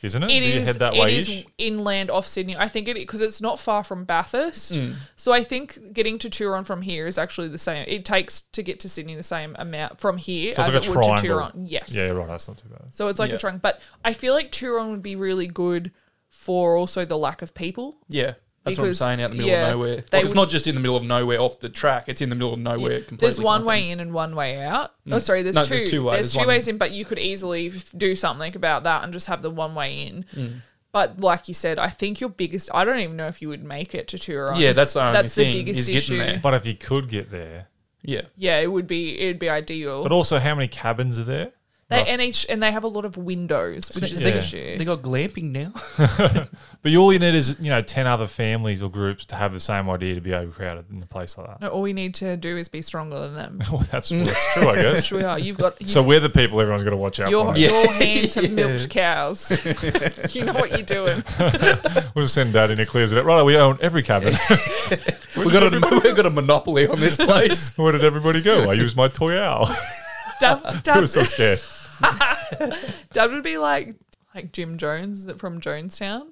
isn't it? It Do is. you head that it way is inland off Sydney. I think it because it's not far from Bathurst. Mm. So I think getting to Turon from here is actually the same. It takes to get to Sydney the same amount from here So as it's like a it would to triangle. Turon. Yes. Yeah, right. That's not too bad. So it's like Yeah. a trunk. But I feel like Turon would be really good for also the lack of people. Yeah, that's Because, what I'm saying. Out in the middle yeah, of nowhere. they Like, it's would- not just in the middle of nowhere off the track. It's in the middle of nowhere. Completely There's one kind of way thing. Mm. in and one way out. Oh, sorry. There's, No, two, there's there's two two. ways. There's one- ways in, but you could easily f- do something about that and just have the one way in. Mm. But like you said, I think your biggest. I don't even know if you would make it to Turon. Yeah, that's the only That's the thing biggest is getting issue. there. But if you could get there, Yeah, Yeah, it would be. It'd be ideal. but also how many cabins are there? they and each and they have a lot of windows, which is Yeah. the issue. they got glamping <laughs> now. But you- all you need is you know ten other families or groups to have the same idea to be overcrowded in a place like that. No, Mm. all we need to do is be stronger than them. <laughs> <laughs> Well, that's, well, that's true, I guess. Which we are. You've <laughs> got. you So we're the people everyone's got to watch out your, for. your hands have milked cows. <laughs> you know what you're <laughs> doing. We'll just send Dad in and clears it out. Right, we own every cabin. we got a we got a monopoly <laughs> on this <laughs> place. Where did everybody go? I used my toy owl. <laughs> Dad, I dad, was <laughs> so scared. dad would be like like Jim Jones from Jonestown.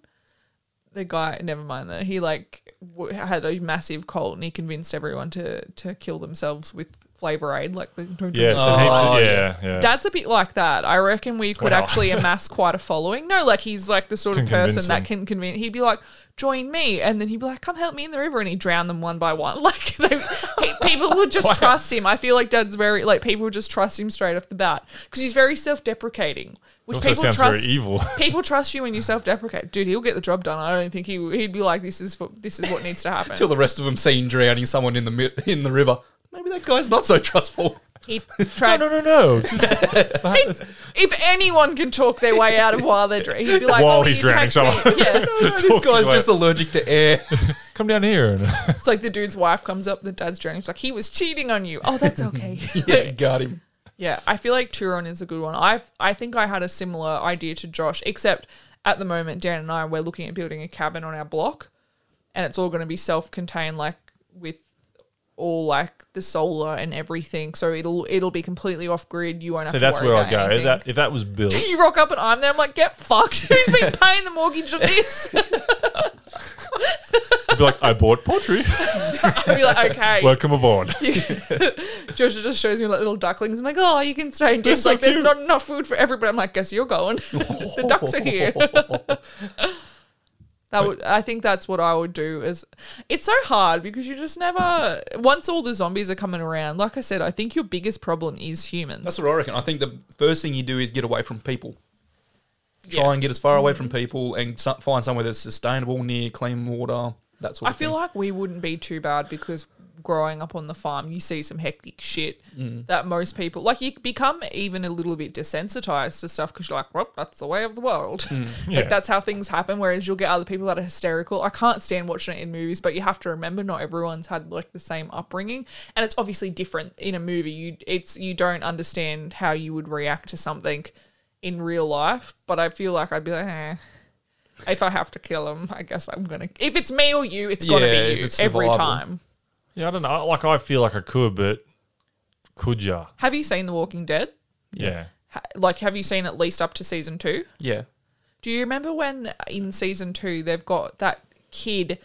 The guy, never mind that he like w- had a massive cult and he convinced everyone to to kill themselves with flavor aid. Like the Yes, and heaps of, Oh, yeah, yeah. Dad's a bit like that. I reckon we could Wow. <laughs> actually amass quite a following. No, like he's like the sort of Can convince person that them. can convince. He'd be like, "Join me," and then he'd be like, "Come help me in the river," and he'd drown them one by one. <laughs> Like they, he, people would <laughs> just trust him. I feel like Dad's very like people would just trust him straight off the bat because he's very self-deprecating, which also people sounds trust. very evil. <laughs> People trust you when you self-deprecate, dude. He'll get the job done. I don't think he he'd be like, "This is for, this is what needs to <laughs> happen." Till the rest of them seen drowning someone in the mi- in the river. Maybe that guy's not so trustful. he tried. <laughs> no, no, no. Just <laughs> if anyone can talk their way out of while they're drinking, he'd be like, oh, While will he's you drowning take me?" someone. <laughs> <laughs> Yeah. Talks this guy's his way just up. allergic to <laughs> air. come down here. And <laughs> It's like the dude's wife comes up, the dad's drowning. He's like, he was cheating on you. Oh, <laughs> that's okay. yeah, got him. yeah, I feel like Turon is a good one. I I think I had a similar idea to Josh, except at the moment, Dan and I we're looking at building a cabin on our block, and it's all going to be self-contained, like with all like the solar and everything. So it'll it'll be completely off grid. You won't have so to that's worry where I about go. If anything. that, if that was built, <laughs> you rock up and I'm there. I'm like, get fucked. <laughs> Who's been paying the mortgage on this? <laughs> I'd be like, I <laughs> bought poultry. I'd be like, okay. <laughs> Welcome aboard. Joshua just shows me like little ducklings. I'm like, oh, you can stay and dish. so like, there's cute. Oh not enough food for everybody. I'm like, guess you're <laughs> going. the ducks are here. that would, I think that's what I would do. Is it's so hard because you just never. Once all the zombies are coming around, like I said, I think your biggest problem is humans. <laughs> That's what I reckon. I think the first thing you do is get away from people. Try Yeah. and get as far away from people and so- find somewhere that's sustainable, near clean water. That sort I of feel thing. like we wouldn't be too bad because growing up on the farm, you see some hectic shit that most people like. You become even a little bit desensitized to stuff because you're like, well, that's the way of the world. Mm. Yeah. <laughs> like that's how things happen. Whereas you'll get other people that are hysterical. I can't stand watching it in movies, but you have to remember not everyone's had like the same upbringing, and it's obviously different in a movie. You it's you don't understand how you would react to something in real life. But I feel like I'd be like. Eh. If I have to kill him, I guess I'm gonna. If it's me or you, it's gotta Yeah, be if you it's every survival. time. Yeah, I don't know. Like I feel like I could, but could ya? Have you seen The Walking Dead? Yeah. Ha- Like, have you seen at least up to season two? yeah. Do you remember when in season two they've got that kid?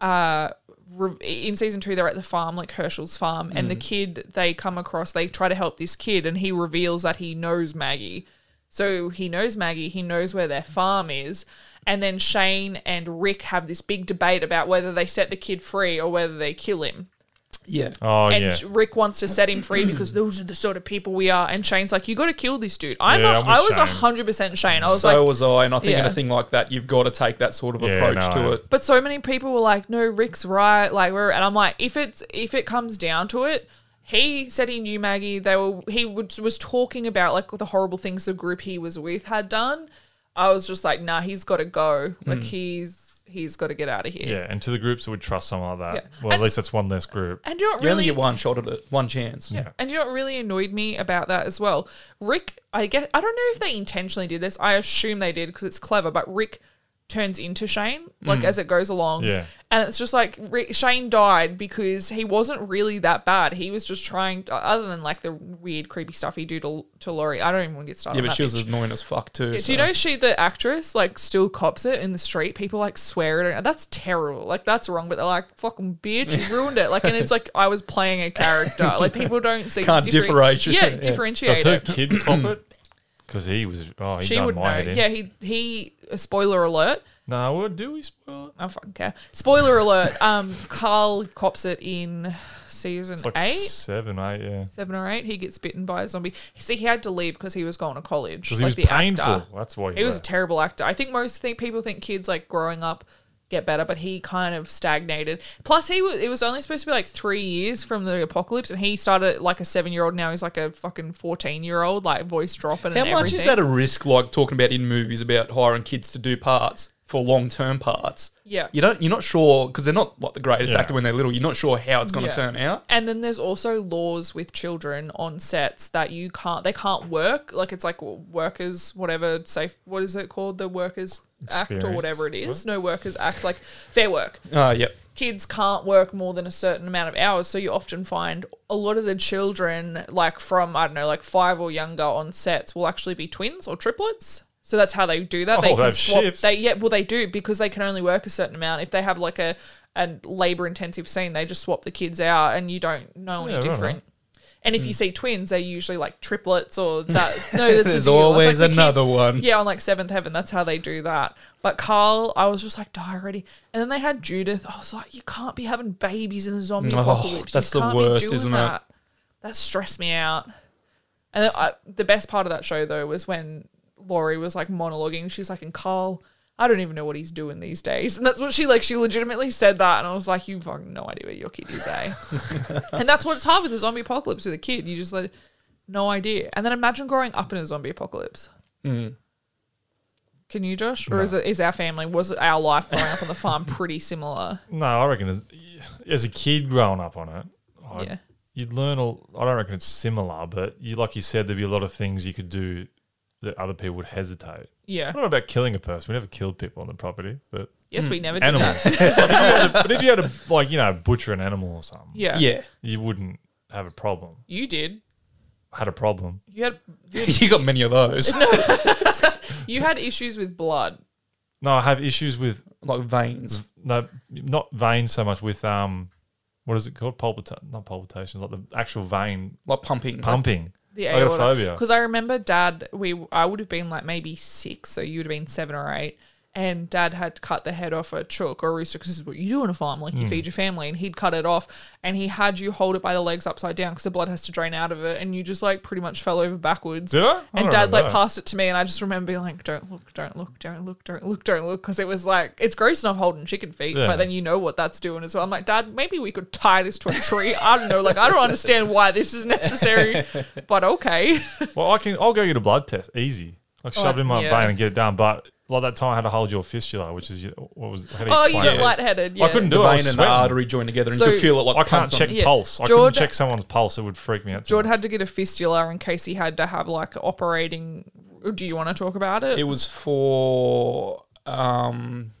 Uh, re- in season two, they're at the farm, like Herschel's farm, and the Hmm. kid they come across, they try to help this kid, and he reveals that he knows Maggie. So he knows Maggie, he knows where their farm is. And then Shane and Rick have this big debate about whether they set the kid free or whether they kill him. Yeah. Oh and yeah. Rick wants to set him <clears throat> free because those are the sort of people we are. And Shane's like, you got to kill this dude. I'm Yeah, a, I'm I was with Shane. hundred percent Shane. I was so like, was I, and I think in Yeah. a thing like that, you've got to take that sort of Yeah, approach no, to I- it. but so many people were like, no, Rick's right. Like, we're, and I'm like, if it's if it comes down to it, he said he knew Maggie. They were he was, was talking about like the horrible things the group he was with had done. I was just like, nah, he's got to go. Mm. Like he's he's got to get out of here. Yeah, and to the groups that would trust someone like that. Yeah. Well, at And- least that's one less group. And you don't You really only get one shot at it, one chance. Yeah. And you know what really annoyed me about that as well? Rick, I guess, I don't know if they intentionally did this. I assume they did because it's clever, but Rick turns into Shane, like Mm. as it goes along. Yeah. And it's just like Rick, Shane died because he wasn't really that bad. He was just trying, other than like the weird, creepy stuff he do to, to Laurie. I don't even want to get started. Yeah, on but that she was bitch. annoying as fuck too. Do you know she, the actress, like still cops it in the street? People like swear at her. That's terrible. Like that's wrong. But they're like, "Fucking bitch, you ruined it." Like, and it's like I was playing a <laughs> character. Like people don't see Can't different- differentiate. Yeah, Yeah. Does differentiate. her <laughs> it. <clears throat> kid cop it? Because he was. Oh, he She done would know. my head in. Yeah, he he. uh, Spoiler alert. No, well, do we spoil it? I don't fucking care. Spoiler alert. Um, Carl cops it in season It's like eight. seven, eight. Yeah. Seven or eight, he gets bitten by a zombie. See, he had to leave because he was going to college. Because he like was the painful. actor. That's why he, He was a left. terrible actor. I think most think people think kids like growing up get better, but he kind of stagnated. Plus, he was it was only supposed to be like three years from the apocalypse, and he started like a seven year old. Now he's like a fucking fourteen year old, like voice dropping. How and much everything. is that a risk? Like talking about in movies about hiring kids to do parts for long term parts. Yeah. you don't. You're not sure because they're not what the greatest Yeah. actor when they're little. You're not sure how it's going to Yeah. turn out. And then there's also laws with children on sets that you can't, they can't work. Like it's like workers, whatever safe, what is it called? The workers act or Experience. whatever it is. No workers act like fair work. Oh, yep. kids can't work more than a certain amount of hours. So you often find a lot of the children, like from, I don't know, like five or younger on sets, will actually be twins or triplets. So that's how they do that. Oh, they they can have swap. shifts. They yeah, well they do because they can only work a certain amount. If they have like a a labor intensive scene, they just swap the kids out, and you don't know any Yeah, right, different. right. And if you see twins, they're usually like triplets or <laughs> that. No, this Mm. is There's you. It's like always the kids- another one. yeah, on like Seventh Heaven, that's how they do that. But Carl, I was just like, die already. And then they had Judith. I was like, you can't be having babies in a zombie Oh, apocalypse. You that's the can't be worst, doing isn't it? that. That stressed me out. And then I, the best part of that show though was when Laurie was like monologuing. She's like, and Carl, I don't even know what he's doing these days. And that's what she like. She legitimately said that, and I was like, you fucking no idea where your kid is, <laughs> eh? and that's what it's hard with the zombie apocalypse with a kid. You just like no idea. And then imagine growing up in a zombie apocalypse. Mm. Can you, Josh, or is it is our family was our life growing up on the farm pretty similar? No, I reckon as, as a kid growing up on it, I, Yeah. you'd learn. A, I don't reckon it's similar, but you, like you said, there'd be a lot of things you could do that other people would hesitate. I Yeah. don't know about killing a person. We never killed people on the property, but Yes, Mm. we never did <laughs> animals. that. Like, if you had to- but if you had to, like, you know, butcher an animal or something, Yeah. Yeah, <laughs> you wouldn't have a problem. You did. Had a problem. You <laughs> had you got many <laughs> of those, you had issues with blood. No, I have issues with like veins. no, not veins so much with um, what is it called? Palpita- not palpitations, like the actual vein Like pumping. pumping. The I got aorta. phobia. Because I remember dad, we I would have been like maybe six, so you would have been seven or eight. And dad had cut the head off a chook or a rooster because this is what you do on a farm, like you Hmm. feed your family. And he'd cut it off and he had you hold it by the legs upside down because the blood has to drain out of it. And you just like pretty much fell over backwards. Did I? I don't and dad remember like that. passed it to me. And I just remember being like, don't look, don't look, don't look, don't look, don't look. Because it was like, it's gross enough holding chicken feet, Yeah. but then you know what that's doing as well. I'm like, dad, maybe we could tie this to a tree. I don't know. Like, I don't understand why this is <laughs> necessary, but okay. Well, I can. I'll go get a blood test. Easy. Like shove it in my yeah. vein and get it done. But like that time, I had to hold your fistula, which is your- what was. How do <laughs> you Oh, you explain got it? lightheaded. Yeah. I couldn't The do it. I, vein was and the sweating. artery join together, and So- you could feel it like I can't pumped on check you. Yeah. pulse. I Jordan- couldn't check someone's pulse. It would freak me out. too Jord much. had to get a fistula in case he had to have like operating. Do you want to talk about it? It was for um,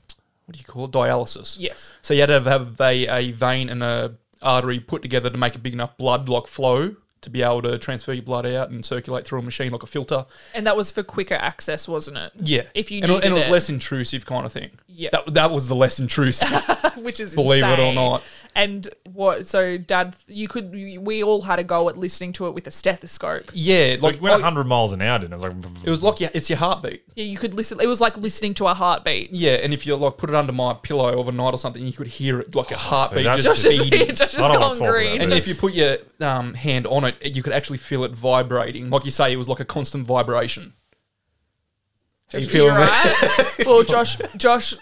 what do you call it? dialysis? yes. So you had to have a, a vein and a artery put together to make a big enough blood like flow to be able to transfer your blood out and circulate through a machine like a filter. And that was for quicker access, wasn't it? Yeah, If you and, it- and it was needed it. less intrusive kind of thing. Yeah. that that was the less intrusive. <laughs> which is Believe it or insane. not. And what? So, Dad, you could. We all had a go at listening to it with a stethoscope. yeah, Like like it went like- 100 miles an hour, didn't it? It was it like, was like your, it's your heartbeat. Yeah, you could listen. It was like listening to a heartbeat. Yeah, and if you like put it under my pillow overnight or something, you could hear it like a heartbeat that's just just- <laughs> beating. Josh has I don't gone wanna talk green. about And it. if you put your um, hand on it, you could actually feel it vibrating. Like you say, it was like a constant vibration. Are you feeling You're that? <laughs> right. well, Josh, Josh,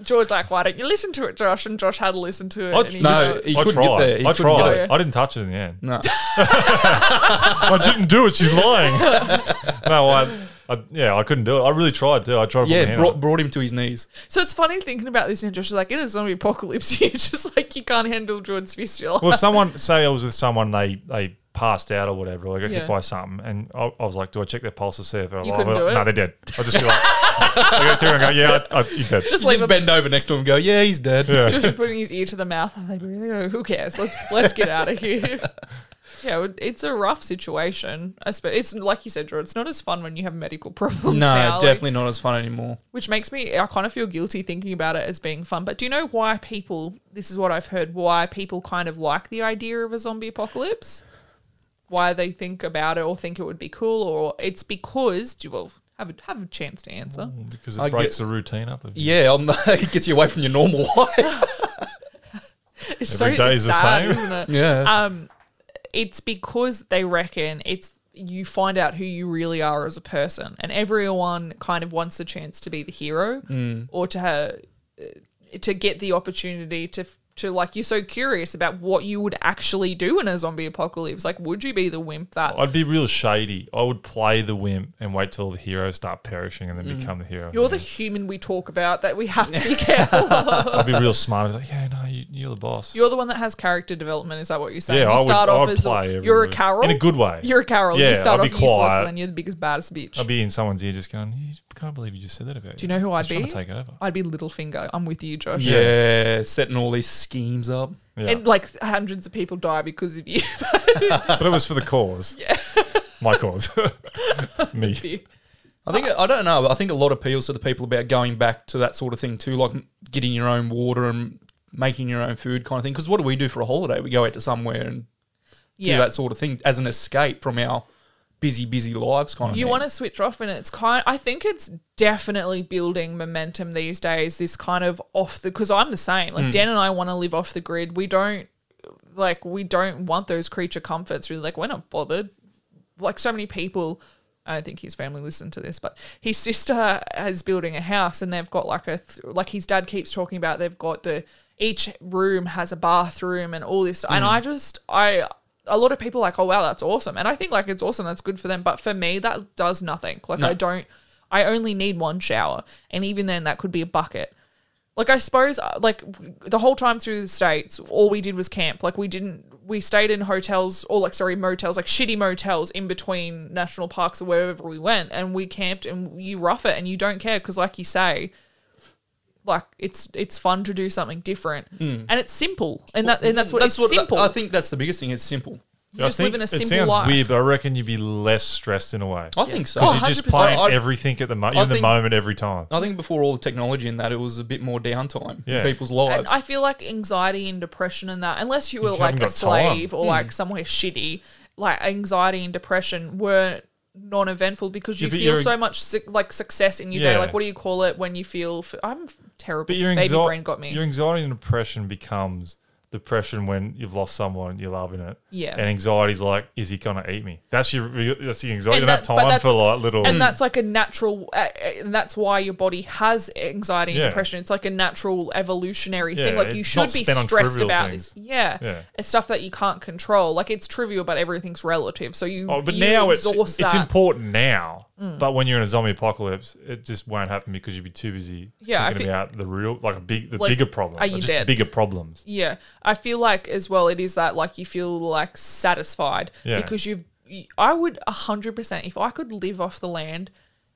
George, like, why don't you listen to it, Josh? And Josh had to listen to it. I- and he No, just- he I couldn't tried. get there. He I couldn't get tried. there. I didn't touch it in the end. No. I didn't do it. She's lying. <laughs> no, I, I, yeah, I couldn't do it. I really tried to. I tried. to put my Yeah, hand brought, up. brought him to his knees. so it's funny thinking about this, and Josh is like, in a zombie apocalypse, <laughs> you just like you can't handle George's fistula. well, someone say I was with someone, they they passed out or whatever, or I got Yeah. hit by something, and I, I was like, do I check their pulse to see if they're You alive? couldn't do it? No, they're dead. I just feel like <laughs> I go through and go, yeah, I, I, you're dead. just You leave just him. bend over next to him and go, yeah, he's dead. Yeah. Josh is putting his ear to the mouth. I'm like, really? Who cares? Let's let's get out of here. <laughs> Yeah, it- it's a rough situation. I spe- It's like you said, George. It's not as fun when you have medical <laughs> problems. No, now, like- definitely not as fun anymore. which makes me I kind of feel guilty thinking about it as being fun. But do you know why people this is what I've heard why people kind of like the idea of a zombie apocalypse? Why they think about it or think it would be cool or it's because do you well have a have a chance to answer. because it I breaks get- the routine up. Of you. Yeah, I'm, <laughs> it gets you away from your normal <laughs> life. It's so Every day is the sad, same. isn't it? Yeah. it's because they reckon it's you find out who you really are as a person, and everyone kind of wants the chance to be the hero Mm. or to ha- uh, to get the opportunity to f- to like you're so curious about what you would actually do in a zombie apocalypse. Like, would you be the wimp that? I'd be real shady. I would play the wimp and wait till the heroes start perishing and then become the hero. Mm. you're the human we talk about that we have to be <laughs> careful. I'd be <laughs> real smart. I'd be like, yeah, no, you, you're the boss. You're the one that has character development. Is that what you're saying? Yeah, you I would- start I off would as a- play you're a everybody. carol In a good way. You're a carol. Yeah, you start I'd off be useless, quiet. and then you're the biggest baddest bitch. I'd be in someone's ear just going, you can't believe you just said that about you. Do you know who I'd He's be? Trying to take over. I'd be Littlefinger. I'm with you, Josh. yeah. setting all these schemes up. Yeah. And like hundreds of people die because of you. <laughs> but it was for the cause. Yeah. My cause. <laughs> Me. I think I don't know. But I think a lot appeals to the people about going back to that sort of thing too, like getting your own water and making your own food kind of thing. Because what do we do for a holiday? We go out to somewhere and do that sort of thing as an escape from our busy, busy lives kind of You thing. want to switch off, and it's kind. I think it's definitely building momentum these days. This kind of off the because I'm the same. Like Dan and I want to live off the grid. We don't like we don't want those creature comforts. Really, like we're not bothered. Like so many people, I don't think his family listened to this, but his sister is building a house, and they've got like a th- like his dad keeps talking about. They've got the each room has a bathroom and all this, and I just I a lot of people are like, oh wow, that's awesome. And I think like it's awesome, that's good for them. But for me, that does nothing. Like I don't I only need one shower. And even then that could be a bucket. Like I suppose uh, like w- the whole time through the States, all we did was camp. Like we didn't we stayed in hotels or like sorry, motels, like shitty motels in between national parks or wherever we went and we camped and you rough it and you don't care because like you say, like it's it's fun to do something different. Hmm. And it's simple. And that and that's what it's simple. I think that's the biggest thing. It's simple. You just I live think in a It simple sounds life. weird, but I reckon you'd be less stressed in a way. I think so. Oh, You're just 100%. playing I- everything at the moment, I in the think- moment every Oh, time. I think before all the technology and that, it was a bit more downtime Yeah. in people's lives. And I feel like anxiety and depression and that, unless you were You like a haven't got time. Hmm. slave or like somewhere shitty, like anxiety and depression were non-eventful because you Yeah, but feel you're- so much su- like success in your day. Yeah. Like, what do you call it when you feel? F- I'm terrible. But your Baby anxi- brain got me. Your anxiety and depression becomes depression when you've lost someone you're loving it. Yeah. And anxiety's like, is he gonna eat me? That's your that's the anxiety. you And don't have that- but time that's- for like little and that's like a natural, uh, uh, and that's why your body has anxiety and Yeah. depression. It's like a natural evolutionary Yeah, thing. Like you it's should not be spent on stressed trivial about things. this. Yeah. Yeah. it's stuff that you can't control. Like it's trivial, but everything's relative. So you, Oh, but you now it's exhaust it's that. Mm. important now. But when you're in a zombie apocalypse, it just won't happen because you'd be too busy Yeah, I think- thinking about the real like a big the Like, bigger problem. are or you just dead? bigger problems. Yeah, I feel like as well it is that like you feel like satisfied Yeah. because you've. I would hundred percent if I could live off the land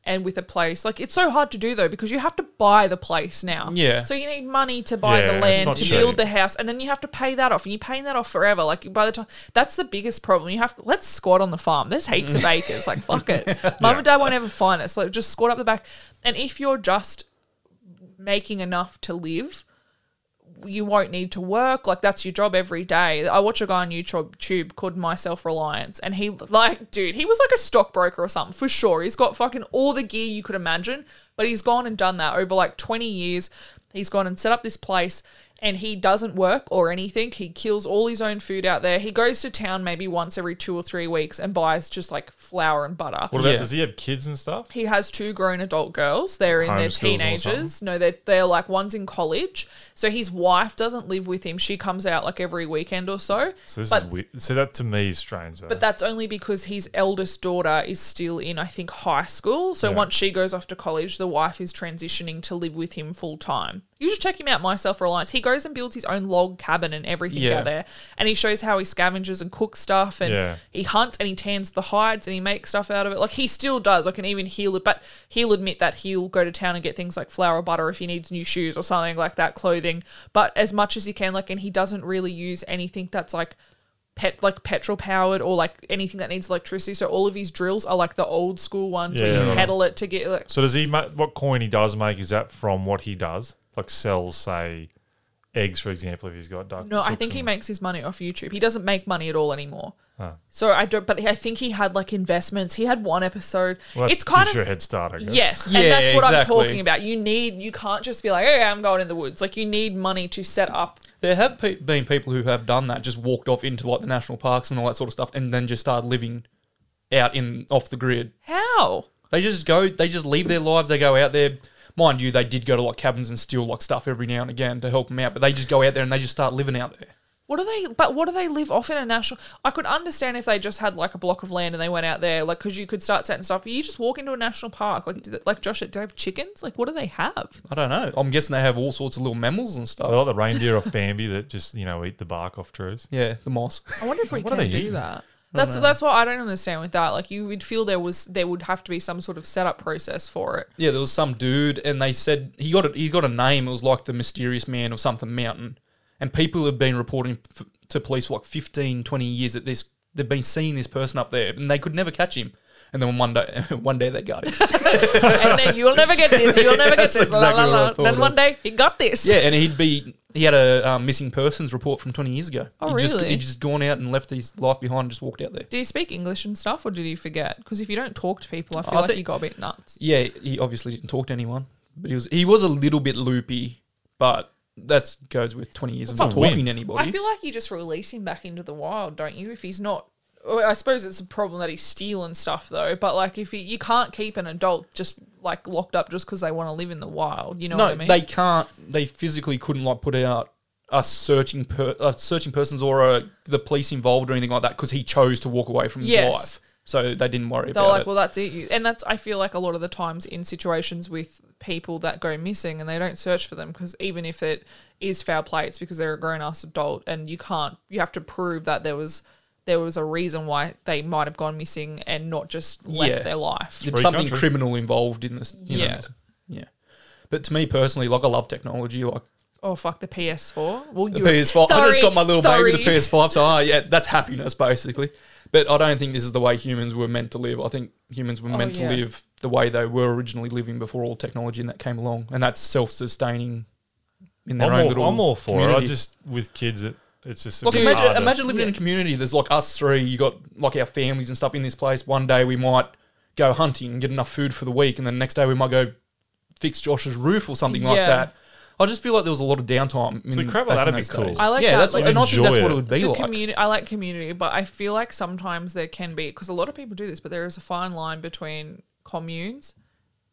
and with a place. Like it's so hard to do though because you have to buy the place now. Yeah. So you need money to buy Yeah, the it's land not to cheap. build the house, and then you have to pay that off, and you're paying that off forever. Like by the time that's the biggest problem. You have to let's squat on the farm. There's heaps <laughs> of acres. Like fuck it, mum and dad won't ever find us. Like just squat up the back, and if you're just making enough to live you won't need to work. Like that's your job every day. I watch a guy on YouTube tube called My Self Reliance, and he like, dude, he was like a stockbroker or something for sure. He's got fucking all the gear you could imagine, but he's gone and done that over like twenty years. He's gone and set up this place, and he doesn't work or anything. He kills all his own food out there. He goes to town maybe once every two or three weeks and buys just like flour and butter. What about Yeah. does he have kids and stuff? He has two grown adult girls. They're in their Homeschools or teenagers. No, they're, they're like one's in college. So his wife doesn't live with him. She comes out like every weekend or so. So this but, is weird. So that to me is strange. Though. but that's only because his eldest daughter is still in, I think, high school. So once she goes off to college, the wife is transitioning to live with him full time. You should check him out, My Self Reliance. He goes and builds his own log cabin and everything Yeah. out there. And he shows how he scavenges and cooks stuff and Yeah. he hunts and he tans the hides and he makes stuff out of it. Like he still does. Like and even he'll but he'll admit that he'll go to town and get things like flour, butter if he needs new shoes or something like that, clothing. But as much as he can, like and he doesn't really use anything that's like pet like petrol powered or like anything that needs electricity. So all of his drills are like the old school ones where you Yeah. pedal it to get like so does he? Ma- what coin he does make is that from what he does? Like sells, say, eggs for example. If he's got duck. No, I ducks think he and- makes his money off YouTube. He doesn't make money at all anymore. So I don't, but I think he had like investments. He had one episode. Well, that it's kind gives of you a head start. I guess. yes, Yeah, and that's what exactly. I'm talking about. You need, you can't just be like, "Hey, I'm going in the woods." Like you need money to set up. There have pe- been people who have done that, just walked off into like the national parks and all that sort of stuff, and then just started living out in off the grid. How? They just go, they just leave their lives. They go out there. Mind you, they did go to like cabins and steal like stuff every now and again to help them out, but they just go out there and they just start living out there. What do they? But what do they live off in a national? I could understand if they just had like a block of land and they went out there, like because you could start setting stuff. But you just walk into a national park, like do they- like Josh, do they have chickens? Like what do they have? I don't know. I'm guessing they have all sorts of little mammals and stuff. They're like the reindeer off Bambi that just you know eat the bark off trees. yeah, the moss. <laughs> I wonder if we What are can they do eating? that. That's that's what I don't understand with that. Like you would feel there was there would have to be some sort of setup process for <laughs> it. Yeah, there was some dude, and they said he got a, he got a name. It was like the mysterious man or something mountain, and people have been reporting f- to police for like 15, 20 years that this they've been seeing this person up there, and they could never catch him. And then one day, <laughs> one day <laughs> they got him. And then you'll never get this. You'll never get That's this. la, la, exactly what I la. thought Then of. one day he got this. yeah, and he'd be he had a um, missing persons report from twenty years ago. Oh, he'd Just, really? he'd just gone out and left his life behind, and just walked out there. Do you speak English and stuff, or did you forget? Because if you don't talk to people, I feel I like think- you got a bit nuts. Yeah, he obviously didn't talk to anyone, but he was he was a little bit loopy, but that goes with twenty years of That's not a win. talking to anybody. I feel like you just release him back into the wild, don't you? If he's not, well, I suppose it's a problem that he's stealing stuff though. But like, if he, you can't keep an adult just like locked up just because they want to live in the wild, you know No, what I mean? they can't. They physically couldn't like put out a searching per, a searching persons or a, the police involved or anything like that because he chose to walk away from his Yes. life. So they didn't worry They're about like, it. well, that's it. You, and that's, I feel like a lot of the times in situations with people that go missing and they don't search for them because even if it is foul play, it's because they're a grown ass adult and you can't, you have to prove that there was, there was a reason why they might have gone missing and not just left Yeah. their life. There's Free something country. criminal involved in this. You Yeah. Know, yeah. But to me personally, like I love technology. Like Oh, fuck the PS4. Well, the you, PS5, I Sorry, just got my little sorry. baby the PS5. So ah, yeah, that's happiness basically. But I don't think this is the way humans were meant to live. I think humans were meant Oh, yeah. to live the way they were originally living before all technology and that came along, and that's self-sustaining in their I'm own all, little. I'm all for it. I community. just with kids, it, it's just a Look, bit imagine, harder. imagine living in a community. There's like us three. You got like our families and stuff in this place. One day we might go hunting and get enough food for the week, and then next day we might go fix Josh's roof or something like Yeah. that. I just feel like there was a lot of downtime. in- So crap, back that'd in be those cool. days. I like yeah, that, that's like- and I think that's Enjoy what it it. would be the like. community. I like community, but I feel like sometimes there can be because a lot of people do this, but there is a fine line between communes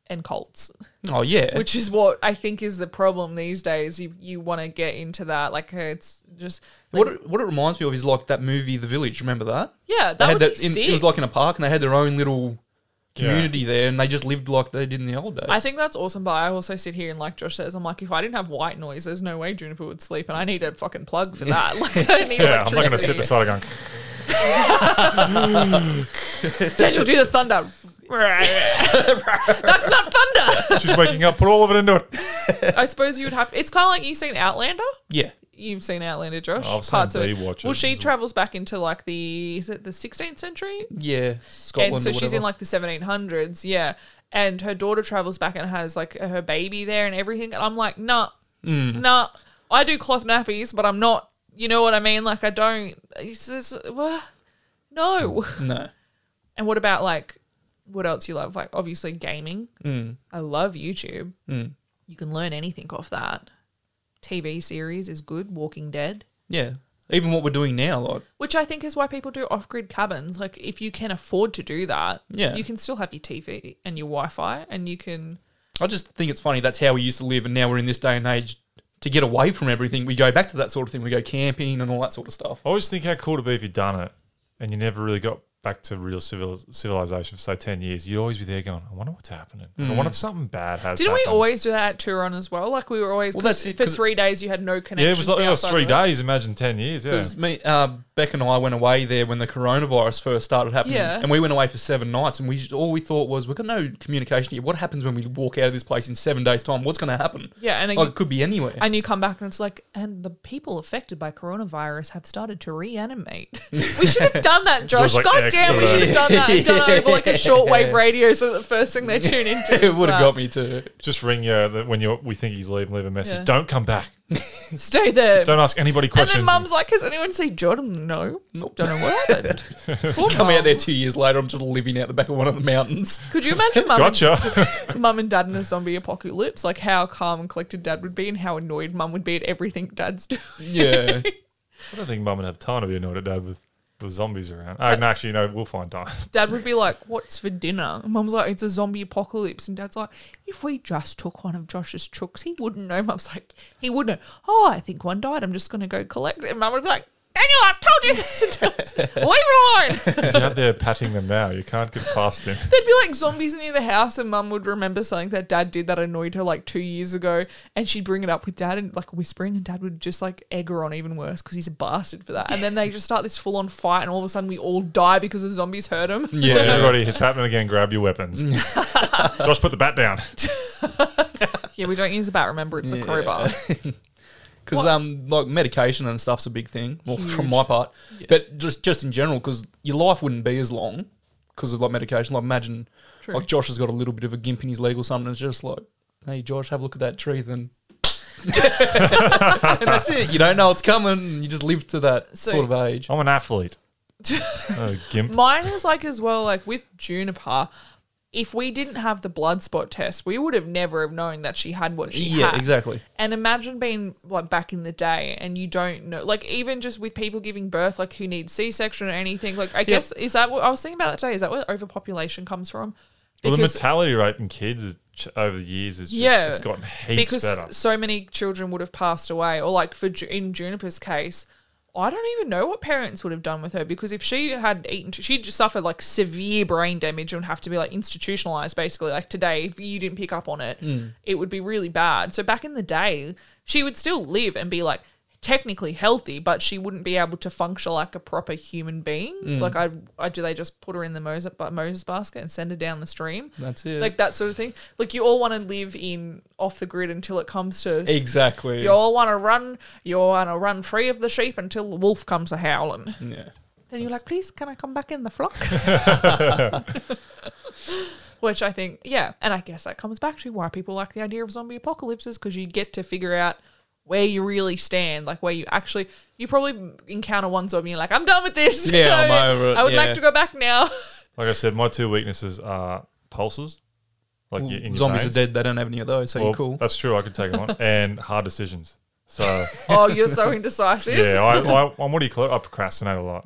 and cults. oh yeah, which is what I think is the problem these days. You you want to get into that, like uh, it's just like, what it, what it reminds me of is like that movie The Village. Remember that? yeah, that They would had that. be In, sick. it was like in a park, and they had their own little community there, and they just lived like they did in the old days. I think that's awesome, but I also sit here and like Josh says, I'm like, if I didn't have white noise, there's no way Juniper would sleep, and I need a fucking plug for <laughs> that. <laughs> Like, I need yeah, I'm not going to sit electricity. beside her going. <laughs> Daniel, do the thunder. That's not thunder. <laughs> She's waking up. Put all of it into it. I suppose you would have. It's kind of like you've seen Outlander. Yeah. You've seen Outlander, Josh. I've seen Parts of Bea it. watch it Well, she as well. travels back into like the is it the 16th century? Yeah. Scotland. and so or she's in whatever. like the 1700s, yeah. And her daughter travels back and has like her baby there and everything. And I'm like, nah, nah. I do cloth nappies, but I'm not. You know what I mean? Like I don't. It's just, what? No. <laughs> No. And what about like what else you love? Like obviously gaming. Mm. I love YouTube. You can learn anything off that. TV series is good. Walking Dead, Yeah. Even what we're doing now, like, which I think is why people do off-grid cabins. Like if you can afford to do that, Yeah. you can still have your TV and your Wi-Fi, and you can. I just think it's funny that's how we used to live, and now we're in this day and age to get away from everything. We go back to that sort of thing. We go camping and all that sort of stuff. I always think how cool it'd be if you'd done it and you never really got back to real civil, civilization for say ten years. You'd always be there going, I wonder what's happening. I wonder if something bad has. Didn't we happened." always do that at Turon as well? Like we were always Well, that's it, for 'cause- three days you had no connection. Yeah, it was to like it was outside three world. days. Imagine ten years. Yeah, Because me, uh, Beck and I went away there when the coronavirus first started happening, Yeah. and we went away for seven nights, and we just- all we thought was we've got no communication here. What happens when we walk out of this place in seven days' time? What's going to happen? Yeah, and then like, you- it could be anywhere. And you come back and it's like, and the people affected by coronavirus have started to <laughs> reanimate. we should have done that, Josh. like God damn, we excellent. should have done uh, that. and Done it over <laughs> like a shortwave radio, so that the first thing they tune into. <laughs> it would have that. got me too. just ring you uh, when you we think he's leaving. Leave a message. Yeah. Don't come back. Stay there. Don't ask <laughs> anybody and then questions. Mum's like, "Has anyone seen Jordan? No, Nope. don't know what <laughs> happened." Poor Coming Mum. out there two years later, I'm just living out the back of one of the mountains. Could you imagine Mum? gotcha. And, <laughs> Mum and Dad in a zombie apocalypse. Like how calm and collected Dad would be, and how annoyed Mum would be at everything Dad's <laughs> doing. <laughs> Yeah. I don't think Mum would have time to be annoyed at Dad with, with zombies around. Oh, no, actually, no, we'll find <laughs> time. Dad would be like, "What's for dinner?" And Mum's like, "It's a zombie apocalypse." And Dad's like, "If we just took one of Josh's chooks, he wouldn't know." Mum's like, "He wouldn't. know. Oh, I think one died. I'm just gonna go collect it." And Mum would be like, "Daniel, I've told you this. <laughs> and times. Leave it alone." He's out there patting them now. You can't get <laughs> past him. There'd be like zombies near the house, and Mum would remember something that Dad did that annoyed her like two years ago, and she'd bring it up with Dad and like whispering, and Dad would just like egg her on even worse because he's a bastard for that. And then they just start this full on fight, and all of a sudden we all die because the zombies hurt him. <laughs> Yeah, everybody, it's happening again. Grab <laughs> your weapons. Josh, put the bat down. Yeah, we don't use a bat. Remember, it's a crowbar. because um, like medication and stuff's a big thing. Well, <laughs> from my part, but just just in general, because your life wouldn't be as long because of like medication. Like imagine, like Josh has got a little bit of a gimp in his leg or something. It's just like, hey, Josh, have a look at that tree, then. <laughs> and that's it. You don't know it's coming. and You just live to that So- sort of age. I'm <laughs> an athlete. Oh, gimp. Mine is like as well, like with Juniper. If we didn't have the blood spot test, we would have never have known that she had what she Yeah, had. exactly. And imagine being like back in the day, and you don't know, like even just with people giving birth, like who need C section or anything. Like I guess is that what I was thinking about that today? Is that where overpopulation comes from? Well, the mortality rate in kids is ch- over the years is just, Yeah, it's gotten heaps because better. so many children would have passed away, or like for Ju- in Juniper's case, I don't even know what parents would have done with her because if she had eaten, she just suffered like severe brain damage and would have to be like institutionalized basically. Like today, if you didn't pick up on it, Hmm. it would be really bad. So back in the day, she would still live and be like technically healthy, but she wouldn't be able to function like a proper human being. Hmm. Like I, I do they just put her in the Moses, Moses basket and send her down the stream? That's it. Like that sort of thing. Like you all want to live in off the grid until it comes to. Exactly. You all want to run. You all want to run free of the sheep until the wolf comes a howling. yeah. Then you're like, please, can I come back in the <laughs> flock? <laughs> Which I think, yeah, and I guess that comes back to why people like the idea of zombie apocalypses because you get to figure out where you really stand, like where you actually. You probably encounter one zombie, and you're like, I'm done with this. Yeah, I'm over <laughs> it, I would yeah. like to go back <laughs> now. <laughs> like I said, my two weaknesses are pulses. Like your- in your Zombies are veins. dead. They don't have any of those, so Well, you're cool. That's true. I could take them on. and hard decisions. <laughs> So oh, you're so indecisive. yeah, I, I, I'm what do you call it? I procrastinate a lot.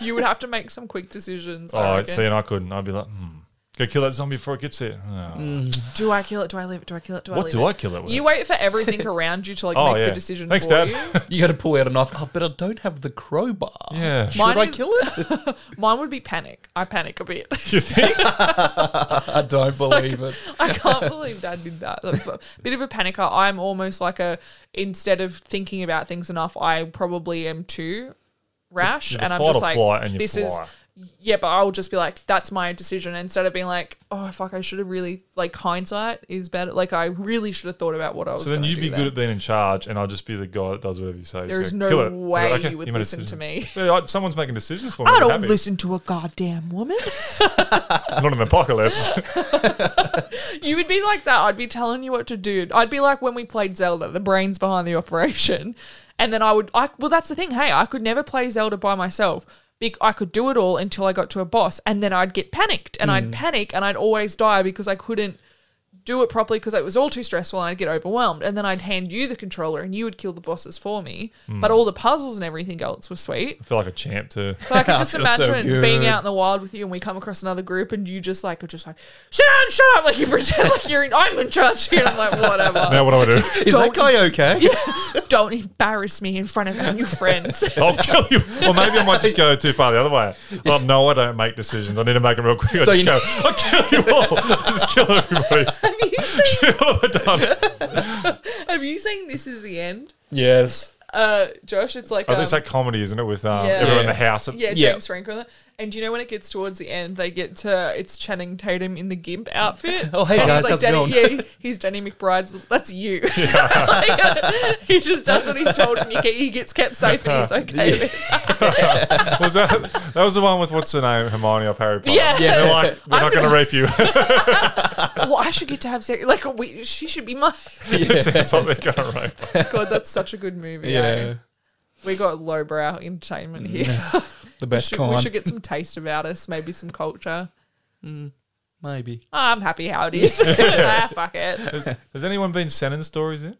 You would have to make some quick decisions. I Oh, reckon. see, and I couldn't. I'd be like, hmm, go kill that zombie before it gets there. Oh. do I kill it? Do I leave it? Do I kill it? Do I What leave do it? I kill it with? Mm-hmm. Oh, You wait for everything around you to like <laughs> oh make yeah. the decision Thanks, for Dad. <laughs> you. <laughs> you got to pull out enough. Oh, but I don't have the crowbar. yeah. Should Mine I is- kill it? <laughs> Mine would be panic. I panic a bit. <laughs> <laughs> You think? I don't believe it. I can't believe Dad did that. That's a bit of a panicker. I'm almost like a instead of thinking about things enough, I probably am too rash, the and I'm fight just or like flight and you this is fly. yeah, but I'll just be like, that's my decision instead of being like, oh fuck, I should have really like hindsight is better. Like I really should have thought about what I was. So then gonna you'd do be there. good at being in charge, and I'll just be the guy that does whatever you say. There Just is go, no "Kill it." way Like, okay, you would made a listen to decision. me. Yeah, I- someone's making decisions for me. I I'm don't happy. listen to a goddamn woman. Not an apocalypse. <laughs> <laughs> you would be like that. I'd be telling you what to do. I'd be like when we played Zelda, the brains behind the operation. <laughs> And then I would, I, well, that's the thing. Hey, I could never play Zelda by myself. Bec- I could do it all until I got to a boss. And then I'd get panicked and I'd panic and I'd always die because I couldn't do it properly because it was all too stressful and I'd get overwhelmed. And then I'd hand you the controller and you would kill the bosses for me. But all the puzzles and everything else were sweet. I feel like a <laughs> champ too. So I can just feel so imagine good. being out in the wild with you, and we come across another group, and you just like are just like shut up, shut up, like you pretend like you're in. I'm in charge here. I'm like <laughs> whatever. Now what do <laughs> I do? Is that guy okay? Don't embarrass me in front of our new <laughs> friends. I'll kill you. Or maybe I might just go too far the other way. Well, no, I don't make decisions. I need to make them real quick. I So just you <laughs> go, I'll kill you all. just kill everybody. <laughs> what have I done? Have you seen This Is the End? Yes. Uh, Josh, it's like Oh, um, there's that comedy, isn't it, with um, Yeah. everyone in Yeah. the <laughs> house? yeah, James Yeah. Franco. And do you know when it gets towards the end, they get to it's Channing Tatum in the gimp outfit. <laughs> Oh, hey, And guys, he's like how's it Danny, going? Yeah, he's Danny McBride's. That's you. <laughs> Like, uh, he just does what he's told, and he, get, he gets kept safe, <laughs> and he's okay. with it. <laughs> Was that, that was the one with what's her name? Hermione of Harry Potter. Yeah. They're <laughs> like, we're I'm not going to gonna- rape you. <laughs> well, I should get to have sex. Like, we, she should be my. <laughs> it sounds like they're going to rape her. God, that's such a good movie. eh? <laughs> Yeah. We got lowbrow entertainment here. Mm. <laughs> The best should, kind. we should get some taste about us, maybe some culture. <laughs> Maybe. I'm happy how it <laughs> is. ah, fuck it. Has, has anyone been sending stories in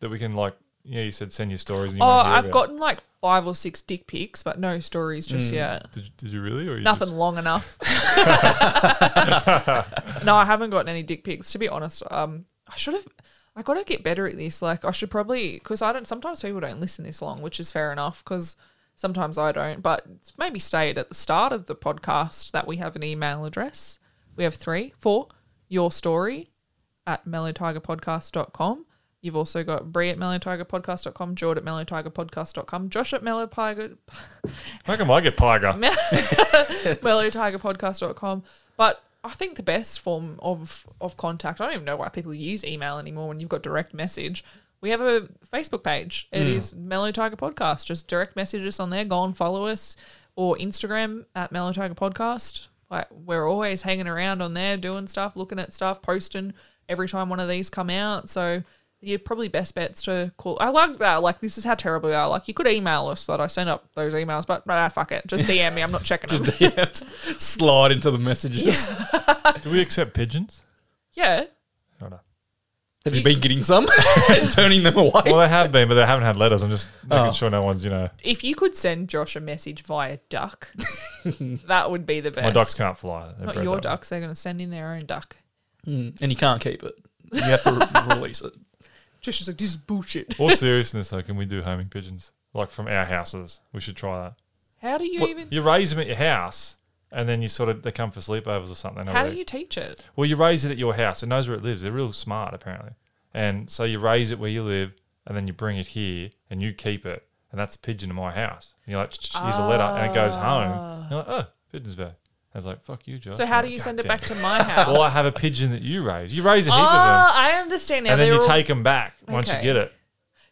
that we can like? Yeah, you said send your stories. And you Oh, wanna hear I've about. gotten like five or six dick pics, but no stories just Mm. yet. Did, did you really? Or you Nothing long enough. no, I haven't gotten any dick pics. To be honest, um, I should have. I got to get better at this. Like, I should probably because I don't. Sometimes people don't listen this long, which is fair enough. Because sometimes I don't. But maybe state at the start of the podcast that we have an email address. We have three, four. Your story at mellowtigerpodcast.com. You've also got Bree at mellowtigerpodcast.com, Jord at mellowtigerpodcast.com, Josh at mellowtiger Just, how come I get <laughs> Pyger? mellowtigerpodcast.com. But I think the best form of, of contact, I don't even know why people use email anymore when you've got direct message. We have a Facebook page. It is Mellow Tiger Podcast. Just direct message us on there. Go and follow us or Instagram at Mellow Tiger Podcast. Like we're always hanging around on there, doing stuff, looking at stuff, posting every time one of these come out. So you're probably best bets to call. I like that. Like this is how terrible we are. Like you could email us that I send up those emails, but nah, fuck it. Just DM me. I'm not checking them. yeah. Slide into the messages. Do we accept pigeons? Yeah. I don't know. Have you been getting some <laughs> and turning them away? Well, they have been, but they haven't had letters. I'm just making Oh. sure no one's, you know, If you could send Josh a message via <laughs> duck, that would be the best. my ducks can't fly. They've Not read your that one. ducks. They're going to send in their own duck. and you can't keep it. You have to re- <laughs> release it. Josh is like, this is bullshit. <laughs> All seriousness, though, can we do homing pigeons? Like from our houses, we should try that. How do you even? You raise them at your house, and then you sort of they come for sleepovers or something. I How do reckon. you teach it? Well, you raise it at your house. It knows where it lives. They're real smart, apparently. And so you raise it where you live, and then you bring it here, and you keep it. And that's the pigeon in my house. And you're like, "Ch-ch-ch," here's a letter, and it goes home. You're like, oh, pigeon's back. I was like, fuck you, Josh. Ah. So I'm how like, do you "God send it damn back to my house? Oh, <laughs> Well, I have a pigeon that you raise. You raise a Oh, heap of them, I understand now. and then They're you all- take them back once you Okay. get it.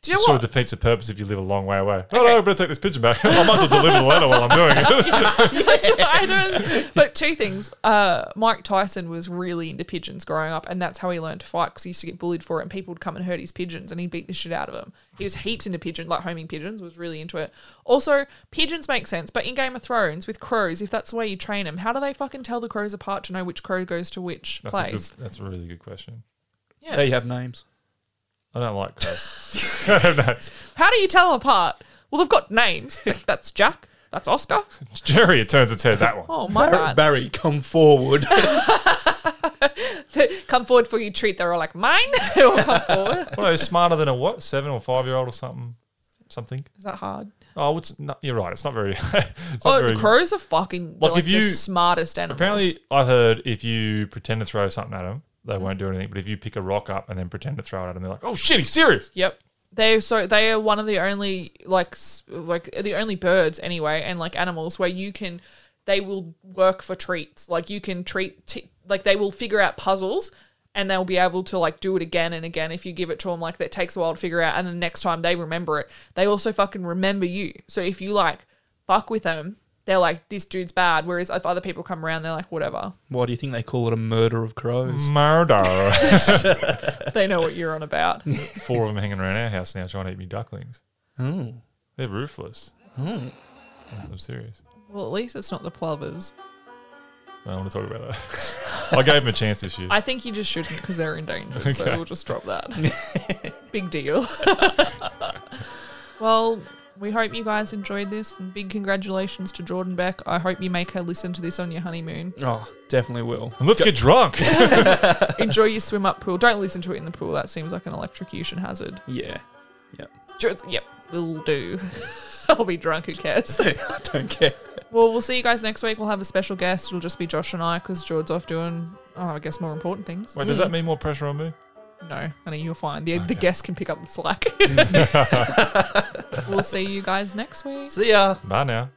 Do you know It sort what? of defeats the purpose if you live a long way away. Oh, no, I better take this pigeon back. <laughs> I might as well deliver the letter while I'm <laughs> doing it. That's what I don't. <laughs> But two things. Uh, Mike Tyson was really into pigeons growing up, and that's how he learned to fight because he used to get bullied for it, and people would come and hurt his pigeons, and he beat the shit out of them. He was heaps into pigeon, like homing pigeons, was really into it. Also, pigeons make sense, but in Game of Thrones with crows, if that's the way you train them, how do they fucking tell the crows apart to know which crow goes to which That's, a place? good, that's a really good question. They have names. I don't like crows. How do you tell them apart? Well, they've got <laughs> names. Like, that's Jack. That's Oscar. <laughs> Jerry, it turns its head that one. Oh my Barry, bad. <laughs> Barry, come forward. Come forward for your treat. They're all like mine. <laughs> They all come <laughs> forward. Well, it's smarter than a what? Seven or five year old or something? Something. Is that hard? Oh, it's not, you're right. It's not very. <laughs> it's not Oh, very crows are fucking Like, like, if you- the smartest animals. apparently, I heard if you pretend to throw something at them, they won't do anything. But if you pick a rock up and then pretend to throw it at them, they're like, "Oh shit, he's serious." yep. They so they are one of the only like s- like the only birds anyway, and like animals where you can they will work for treats. Like you can treat, t- like they will figure out puzzles and they'll be able to like do it again and again if you give it to them. Like that takes a while to figure out, and the next time they remember it, they also fucking remember you. So if you like fuck with them, they're like this dude's bad. Whereas if other people come around, they're like whatever. <laughs> Why do you think they call it a murder of crows? Murder. they know what you're on about. <laughs> four of them hanging around our house now trying to eat me ducklings. They're ruthless. I'm, I'm serious. well, at least it's not the plovers. I don't want to talk about that. <laughs> I gave them a chance this year. I think you just shouldn't because they're endangered. So Okay. we'll just drop that. big deal. well, we hope you guys enjoyed this. And big congratulations to Jordan Beck. I hope you make her listen to this on your honeymoon. Oh, definitely will. and let's <laughs> get drunk. Enjoy your swim up pool. Don't listen to it in the pool. That seems like an electrocution hazard. Yeah. Just, yep, will do. <laughs> I'll be drunk. Who cares? <laughs> I don't care. well, we'll see you guys next week. We'll have a special guest. It'll just be Josh and I because Jordan's off doing, oh, I guess, more important things. Wait, does that mean more pressure on me? No, honey, you're fine. The, the guests can pick up the slack. we'll see you guys next week. See ya. Bye now.